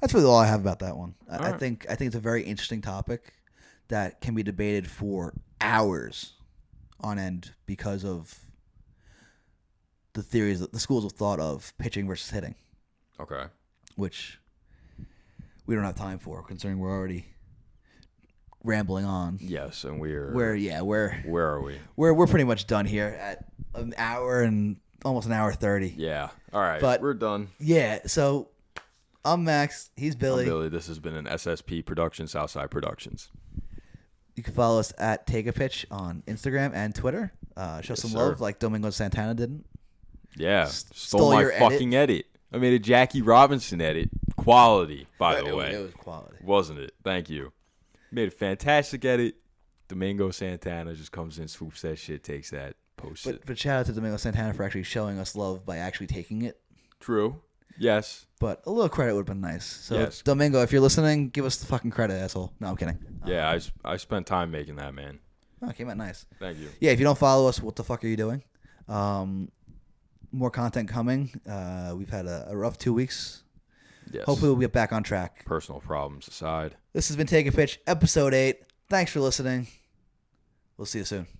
Speaker 1: that's really all I have about that one. I, I
Speaker 2: right.
Speaker 1: think I think it's a very interesting topic that can be debated for hours on end because of the theories, the schools of thought of pitching versus hitting,
Speaker 2: Okay.
Speaker 1: which we don't have time for, considering we're already rambling on.
Speaker 2: Yes, and we're
Speaker 1: We're yeah, we're
Speaker 2: where are we?
Speaker 1: we're we're pretty much done here at an hour and almost an hour thirty. Yeah.
Speaker 2: Yeah. All right.
Speaker 1: But-
Speaker 2: we're done.
Speaker 1: so I'm Max. He's Billy.
Speaker 2: Billy. Billy, this has been an SSP production, Southside Productions.
Speaker 1: You can follow us at Take a Pitch on Instagram and Twitter. Uh, show some
Speaker 2: sir.
Speaker 1: love like Domingo Santana didn't.
Speaker 2: Yeah. stole,
Speaker 1: stole
Speaker 2: my
Speaker 1: your edit.
Speaker 2: fucking edit. I made a Jackie Robinson edit. Quality, by
Speaker 1: But
Speaker 2: the
Speaker 1: it,
Speaker 2: way.
Speaker 1: was- it was quality.
Speaker 2: wasn't it? Thank you. Made a fantastic edit. Domingo Santana just comes in, swoops that shit, takes that, post it.
Speaker 1: But but shout out to Domingo Santana for actually showing us love by actually taking it.
Speaker 2: True. Yes.
Speaker 1: But a little credit would have been nice. So
Speaker 2: Yes.
Speaker 1: Domingo, if you're listening, give us the fucking credit, asshole. No, I'm kidding.
Speaker 2: Yeah, I, s- I spent time making that, man.
Speaker 1: Oh, it came out nice.
Speaker 2: Thank you.
Speaker 1: Yeah, if you don't follow us, what the fuck are you doing? Um, more content coming. Uh, we've had a, a rough two weeks.
Speaker 2: Yes.
Speaker 1: Hopefully, we'll get back on track.
Speaker 2: Personal problems aside.
Speaker 1: This has been Take a Pitch, episode eight. Thanks for listening. We'll see you soon.